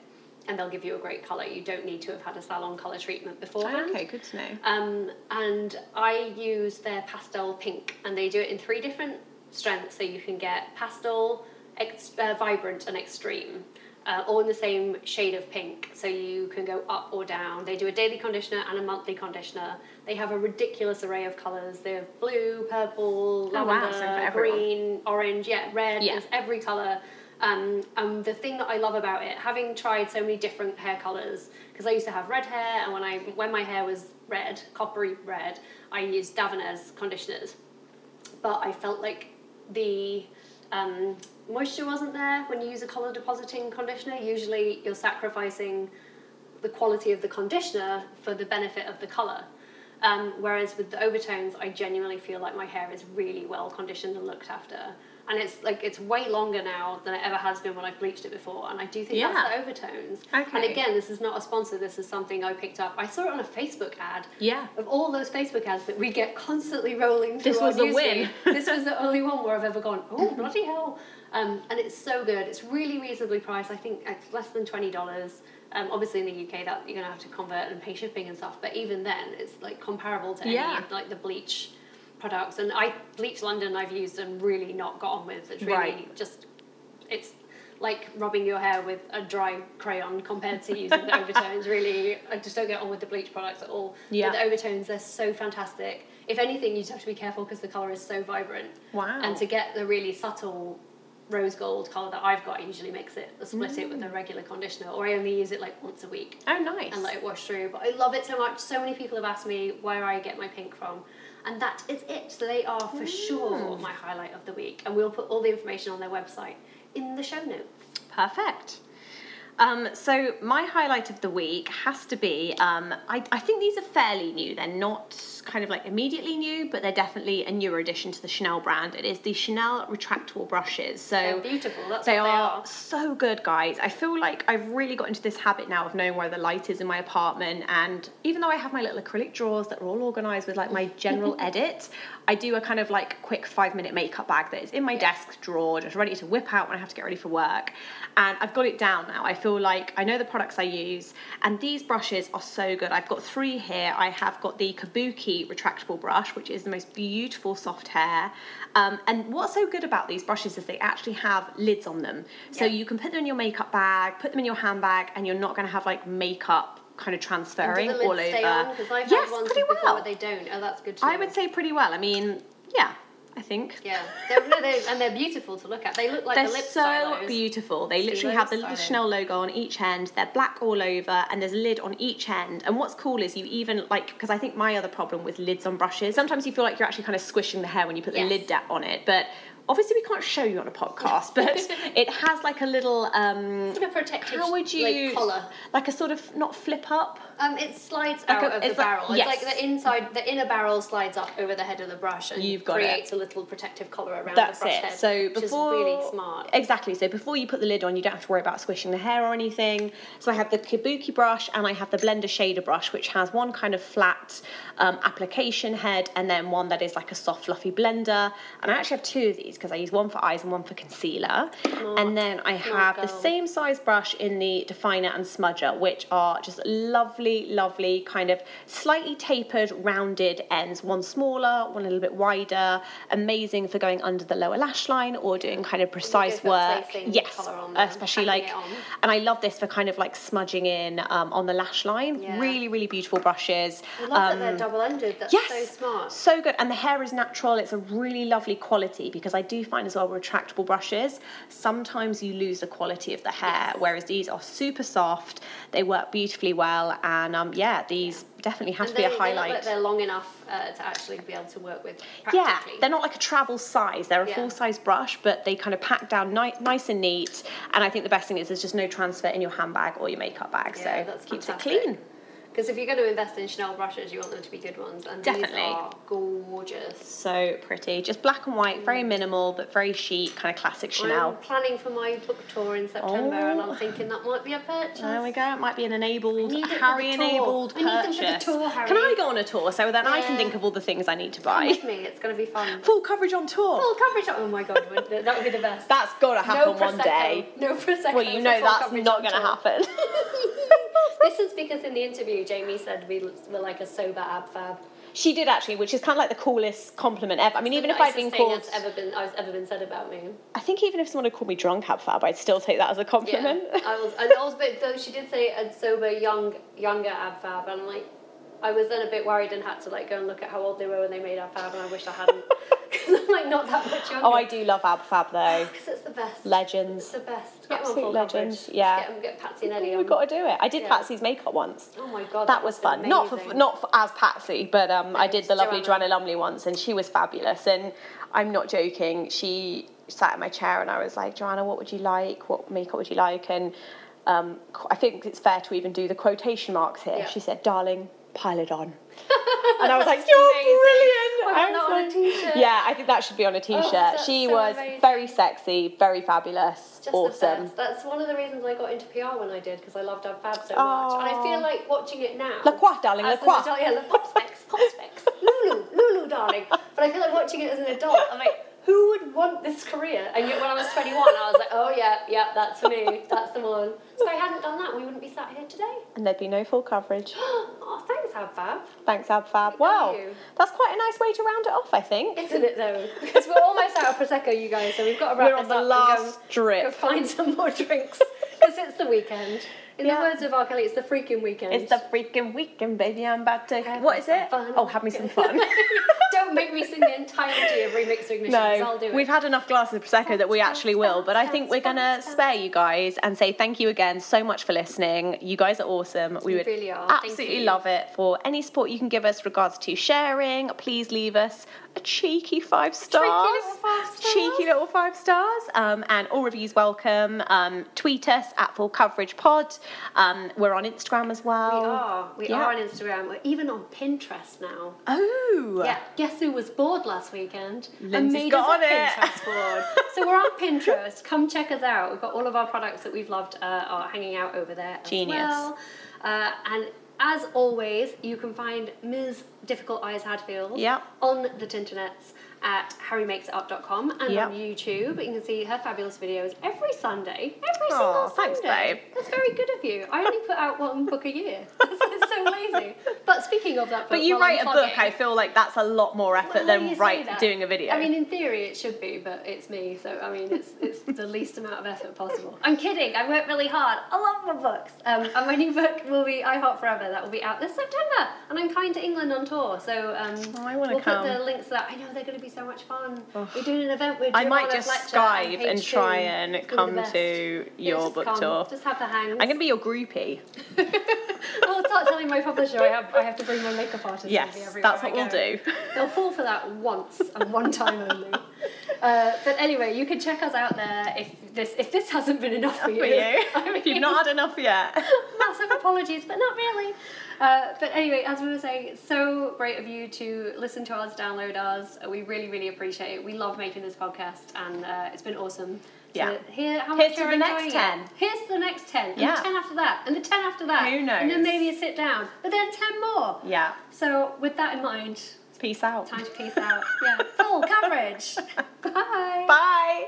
Speaker 2: and they'll give you a great color. You don't need to have had a salon color treatment beforehand.
Speaker 1: Okay, good to know.
Speaker 2: Um, and I use their pastel pink, and they do it in three different strengths. So you can get pastel, ex- uh, vibrant, and extreme, uh, all in the same shade of pink. So you can go up or down. They do a daily conditioner and a monthly conditioner. They have a ridiculous array of colours. They have blue, purple,
Speaker 1: Oh, wow,
Speaker 2: lavender,
Speaker 1: so for everyone.
Speaker 2: green green, orange, yeah, red.
Speaker 1: Yeah.
Speaker 2: There's every color. Um, and the thing that I love about it, having tried so many different hair colors, because I used to have red hair, and when I when my hair was red, coppery red, I used Daveners conditioners, but I felt like the um, moisture wasn't there when you use a color depositing conditioner. Usually, you're sacrificing the quality of the conditioner for the benefit of the color. Um, whereas with the overtones, I genuinely feel like my hair is really well conditioned and looked after. And it's like it's way longer now than it ever has been when I've bleached it before. And I do think
Speaker 1: Yeah.
Speaker 2: that's the overtones. And
Speaker 1: Okay.
Speaker 2: again, this is not a sponsor, this is something I picked up. I saw it on a Facebook ad.
Speaker 1: Yeah.
Speaker 2: Of all those Facebook ads that we get constantly rolling through
Speaker 1: This
Speaker 2: our
Speaker 1: was a
Speaker 2: newsfeed,
Speaker 1: win.
Speaker 2: this was the only one where I've ever gone, oh, bloody hell. Um, and it's so good. It's really reasonably priced. I think it's less than $20. Um, obviously, in the UK, that you're going to have to convert and pay shipping and stuff. But even then, it's like comparable to any
Speaker 1: Yeah.
Speaker 2: of like the bleach products. And I bleach London I've used and really not got on with. It's really
Speaker 1: Right.
Speaker 2: just, it's like rubbing your hair with a dry crayon compared to using the overtones. Really, I just don't get on with the bleach products at all.
Speaker 1: Yeah.
Speaker 2: But the overtones, they're so fantastic. If anything, you just have to be careful because the colour is so vibrant.
Speaker 1: Wow.
Speaker 2: And to get the really subtle rose gold colour that I've got, I usually mix it, split it
Speaker 1: Mm.
Speaker 2: with a regular conditioner, or I only use it like once a week
Speaker 1: Oh, nice.
Speaker 2: and let it wash through. But I love it so much. So many people have asked me where I get my pink from. And that is it. So they are for sure my highlight of the week. And we'll put all the information on their website in the show notes.
Speaker 1: Perfect. Um, so my highlight of the week has to be. Um, I, I think these are fairly new. They're not kind of like immediately new, but they're definitely a newer addition to the Chanel brand. It is the Chanel retractable brushes. So
Speaker 2: They're beautiful, that's
Speaker 1: they
Speaker 2: what they
Speaker 1: are
Speaker 2: are.
Speaker 1: so good, guys. I feel like I've really got into this habit now of knowing where the light is in my apartment. And even though I have my little acrylic drawers that are all organized with like my general edit, I do a kind of like quick five minute makeup bag that is in my desk drawer, just ready to whip out when I have to get ready for work. And I've got it down now. I feel like I know the products I use. And these brushes are so good. I've got three here. I have got the Kabuki retractable brush, which is the most beautiful soft hair. Um, and what's so good about these brushes is they actually have lids on them. So you can put them in your makeup bag, put them in your handbag, and you're not going to have like makeup kind of transferring
Speaker 2: Do the lids
Speaker 1: all over.
Speaker 2: stay on? Because I've
Speaker 1: yes,
Speaker 2: had ones
Speaker 1: pretty
Speaker 2: before
Speaker 1: well.
Speaker 2: where they don't. Oh, that's good to know.
Speaker 1: I would say pretty well. I mean, yeah, I think.
Speaker 2: Yeah. They're, no, they're, and they're beautiful to look at. They look like
Speaker 1: They're
Speaker 2: the lip
Speaker 1: so
Speaker 2: stylos.
Speaker 1: beautiful. They literally
Speaker 2: those
Speaker 1: have the little
Speaker 2: stylos.
Speaker 1: Chanel logo on each end. They're black all over, and there's a lid on each end. And what's cool is you even like because I think my other problem with lids on brushes sometimes you feel like you're actually kind of squishing the hair when you put the
Speaker 2: Yes.
Speaker 1: lid da- on it, but. Obviously, we can't show you on a podcast, but it has like a little. Um,
Speaker 2: Sort of protective,
Speaker 1: how would you?
Speaker 2: like, collar.
Speaker 1: Like a sort of not flip up.
Speaker 2: Um, it slides
Speaker 1: Like
Speaker 2: out
Speaker 1: a-
Speaker 2: of the
Speaker 1: it's like-
Speaker 2: barrel.
Speaker 1: yes.
Speaker 2: It's like the inside, the inner barrel slides up over the head of the brush and
Speaker 1: You've got it.
Speaker 2: creates a little protective collar around
Speaker 1: That's
Speaker 2: the brush
Speaker 1: it.
Speaker 2: head.
Speaker 1: so
Speaker 2: which
Speaker 1: before
Speaker 2: is really smart.
Speaker 1: Exactly. So before you put the lid on, you don't have to worry about squishing the hair or anything. So I have the kabuki brush and I have the blender shader brush, which has one kind of flat um, application head and then one that is like a soft, fluffy blender. And I actually have two of these because I use one for eyes and one for concealer. And then I have the
Speaker 2: girl.
Speaker 1: same size brush in the definer and smudger, which are just lovely, lovely kind of slightly tapered, rounded ends. One smaller, one a little bit wider. Amazing for going under the lower lash line or doing kind of precise
Speaker 2: for
Speaker 1: work.
Speaker 2: placing
Speaker 1: Yes,
Speaker 2: colour on them,
Speaker 1: especially
Speaker 2: packing
Speaker 1: like,
Speaker 2: it on.
Speaker 1: and I love this for kind of like smudging in um, on the lash line.
Speaker 2: Yeah.
Speaker 1: Really, really beautiful brushes. Um,
Speaker 2: I love that they're double ended. That's so smart.
Speaker 1: So good. And the hair is natural. It's a really lovely quality because I do find as well with retractable brushes, sometimes you lose the quality of the hair, whereas these are super soft. They work beautifully well. And um, yeah, these definitely have
Speaker 2: and
Speaker 1: to be a
Speaker 2: they, they look like
Speaker 1: highlight.
Speaker 2: they're long enough uh, to actually be able to work with.
Speaker 1: yeah,
Speaker 2: Practically.
Speaker 1: they're not like a travel size. They're a
Speaker 2: Yeah.
Speaker 1: full size brush, but they kind of pack down ni- nice and neat. And I think the best thing is there's just no transfer in your handbag or your makeup bag.
Speaker 2: Yeah,
Speaker 1: so
Speaker 2: that's
Speaker 1: keeps
Speaker 2: fantastic.
Speaker 1: it clean.
Speaker 2: Because if you're going to invest in Chanel brushes, you want them to be good ones, and
Speaker 1: Definitely.
Speaker 2: these are gorgeous. gorgeous.
Speaker 1: So pretty. Just black and white, very minimal, but very chic, kind of classic
Speaker 2: I'm
Speaker 1: Chanel. Oh.
Speaker 2: planning for my book tour in September, and I'm thinking that might be a purchase.
Speaker 1: There we go. It might be an enabled,
Speaker 2: I need it for the
Speaker 1: Harry enabled
Speaker 2: tour. I need them
Speaker 1: purchase.
Speaker 2: for the tour, Harry.
Speaker 1: Can I go on a tour? So then I can
Speaker 2: Yeah.
Speaker 1: think of all the things I need to
Speaker 2: Come
Speaker 1: buy.
Speaker 2: with me. It's going to be fun.
Speaker 1: Full coverage on tour.
Speaker 2: Full coverage. Oh my god, wouldn't it? that would be the best.
Speaker 1: That's gotta happen
Speaker 2: no
Speaker 1: one
Speaker 2: prosecco.
Speaker 1: day.
Speaker 2: No prosecco.
Speaker 1: Well, you
Speaker 2: for
Speaker 1: know
Speaker 2: full
Speaker 1: that's
Speaker 2: coverage
Speaker 1: not
Speaker 2: on
Speaker 1: going to
Speaker 2: tour.
Speaker 1: happen.
Speaker 2: this is because in the interview, Jamie said we were like a sober ab fab.
Speaker 1: she did actually, which is kind of like the coolest compliment ever. I mean, even if I'd been
Speaker 2: Nicest thing
Speaker 1: called,
Speaker 2: that's ever been, I've ever been said about me.
Speaker 1: I think even if someone had called me drunk ab fab, I'd still take that as a compliment.
Speaker 2: I was, and also, but though she did say a sober, young, younger ab fab, and I'm like, I was then a bit worried and had to like go and look at how old they were when they made ab fab, and I wish I hadn't, because I'm like not that much younger.
Speaker 1: oh, I do love ab fab though.
Speaker 2: Because it's the best.
Speaker 1: Legends.
Speaker 2: It's the best. Get 'em
Speaker 1: Absolute
Speaker 2: on full
Speaker 1: legends,
Speaker 2: coverage.
Speaker 1: yeah.
Speaker 2: Get, 'em- get Patsy and Ellie on.
Speaker 1: We've got to do it. I did
Speaker 2: Yeah.
Speaker 1: Patsy's makeup once.
Speaker 2: Oh my
Speaker 1: that
Speaker 2: God, that
Speaker 1: was
Speaker 2: was
Speaker 1: fun. Not for
Speaker 2: amazing.
Speaker 1: not for, as Patsy, but um, I did the lovely
Speaker 2: Joanna.
Speaker 1: Joanna Lumley once, and she was fabulous. And I'm not joking. She sat in my chair, and I was like, Joanna, what would you like? What makeup would you like? And um, qu- I think it's fair to even do the quotation marks here.
Speaker 2: Yeah.
Speaker 1: She said, "Darling, pile it on." and I was like, "You're brilliant!"
Speaker 2: Why
Speaker 1: I
Speaker 2: not
Speaker 1: was
Speaker 2: on a
Speaker 1: like-
Speaker 2: t-shirt? Oh,
Speaker 1: Yeah, I think that should be on a t-shirt.
Speaker 2: that's
Speaker 1: she
Speaker 2: so
Speaker 1: was
Speaker 2: amazing.
Speaker 1: very sexy, very fabulous,
Speaker 2: Just The
Speaker 1: awesome.
Speaker 2: best. That's one of the reasons I got into PR when I did because I loved Ab Fab so much, and I feel like watching it now.
Speaker 1: La Croix, darling,
Speaker 2: as
Speaker 1: La Croix.
Speaker 2: an adult- yeah, La Pop Specs, Pop Specs, Lulu, Lulu, darling. But I feel like watching it as an adult. I'm like, who would want this career? And yet, when I was 21, I was like, oh yeah, yeah, that's me, that's the one. So if I hadn't done that, we wouldn't be sat here today.
Speaker 1: And there'd be no full coverage.
Speaker 2: oh, thanks, Ab Fab.
Speaker 1: Thanks, Ab Fab.
Speaker 2: Look at
Speaker 1: Wow,
Speaker 2: you.
Speaker 1: that's quite a nice way to round it off, I think.
Speaker 2: Isn't it though? Because we're almost out of prosecco, you guys. So we've got to wrap
Speaker 1: We're on
Speaker 2: this
Speaker 1: the
Speaker 2: up
Speaker 1: last
Speaker 2: and go,
Speaker 1: drip.
Speaker 2: go find some more drinks because it's the weekend. In
Speaker 1: Yeah.
Speaker 2: the words of R. Kelly, it's the freaking weekend.
Speaker 1: It's the freaking weekend, baby. I'm about to.
Speaker 2: Have
Speaker 1: what
Speaker 2: me
Speaker 1: is
Speaker 2: some
Speaker 1: it?
Speaker 2: fun.
Speaker 1: Oh, have me some fun.
Speaker 2: Don't make me sing the entirety of Remix Ignition. 'cause I'll do
Speaker 1: no,
Speaker 2: it.
Speaker 1: we've had enough glasses of prosecco that we actually will, but I think we're gonna spare you guys and say thank you again so much for listening. You guys are awesome. We
Speaker 2: You
Speaker 1: would
Speaker 2: really are. Thank
Speaker 1: absolutely
Speaker 2: you.
Speaker 1: love it. For any support you can give us regards to sharing, please leave us a cheeky five stars.
Speaker 2: little five stars.
Speaker 1: Cheeky little five stars. Um, and all reviews welcome. Um, tweet us at Full Coverage Pod. Um, we're on Instagram as well.
Speaker 2: We are. We
Speaker 1: Yeah.
Speaker 2: are on Instagram. We're even on Pinterest now.
Speaker 1: Oh.
Speaker 2: Yeah. Guess who was bored last weekend?
Speaker 1: Lindsay's
Speaker 2: made
Speaker 1: got
Speaker 2: us a
Speaker 1: it.
Speaker 2: Pinterest board. so we're on Pinterest. Come check us out. We've got all of our products that we've loved uh, are hanging out over there. as
Speaker 1: Genius.
Speaker 2: well. Uh, and as always, you can find Ms. Difficult Eyes Hadfield
Speaker 1: Yep.
Speaker 2: on the Tinternets at harrymakesitup.com and
Speaker 1: Yep.
Speaker 2: on YouTube. You can see her fabulous videos every Sunday. Every
Speaker 1: Aw,
Speaker 2: single Sunday.
Speaker 1: thanks, babe.
Speaker 2: That's very good of you. I only put out one book a year. That's so lazy. But speaking of that book,
Speaker 1: But you
Speaker 2: while I'm
Speaker 1: write a book,
Speaker 2: plugging-
Speaker 1: I feel like that's a lot more effort
Speaker 2: Well, you
Speaker 1: than
Speaker 2: say
Speaker 1: write,
Speaker 2: that.
Speaker 1: doing a video.
Speaker 2: I mean, in theory, it should be, but it's me, so I mean, it's it's the least amount of effort possible. I'm kidding. I work really hard. I love my books. Um, and my new book will be I Heart Forever. That will be out this September, and I'm coming to England on tour. So um,
Speaker 1: Oh, I wanna
Speaker 2: we'll
Speaker 1: come.
Speaker 2: put the links to that. I know they're going to be so much fun. We're doing an event with.
Speaker 1: I might
Speaker 2: Giovanna
Speaker 1: just
Speaker 2: Fletcher
Speaker 1: Skype
Speaker 2: Page
Speaker 1: and try
Speaker 2: Two.
Speaker 1: and
Speaker 2: It's gonna be
Speaker 1: come
Speaker 2: the best.
Speaker 1: to
Speaker 2: Yeah,
Speaker 1: your
Speaker 2: just
Speaker 1: book
Speaker 2: come.
Speaker 1: tour.
Speaker 2: Just have the hangs.
Speaker 1: I'm going to be your groupie.
Speaker 2: I'll start telling my publisher I have I have to bring my makeup artist. with
Speaker 1: Yes,
Speaker 2: me everywhere
Speaker 1: that's what
Speaker 2: I
Speaker 1: we'll
Speaker 2: go.
Speaker 1: do.
Speaker 2: They'll fall for that once and one time only. Uh, but anyway, you can check us out there if this if this hasn't been enough for you.
Speaker 1: For you.
Speaker 2: I mean,
Speaker 1: if you've not had enough yet.
Speaker 2: massive apologies, but not really. Uh, but anyway, as we were saying, it's so great of you to listen to us, download us. We really, really appreciate it. We love making this podcast, and uh, it's been awesome. to
Speaker 1: Yeah.
Speaker 2: Hear how
Speaker 1: Here's
Speaker 2: much
Speaker 1: to
Speaker 2: you're
Speaker 1: the next
Speaker 2: enjoying
Speaker 1: 10.
Speaker 2: It. Here's the next ten. And
Speaker 1: Yeah.
Speaker 2: the ten after that. And the ten after that.
Speaker 1: Who
Speaker 2: And then
Speaker 1: knows?
Speaker 2: maybe a sit down. But then ten more.
Speaker 1: Yeah.
Speaker 2: So with that in mind,
Speaker 1: Peace out.
Speaker 2: time to peace out. Yeah. Oh, Full coverage. Bye.
Speaker 1: Bye.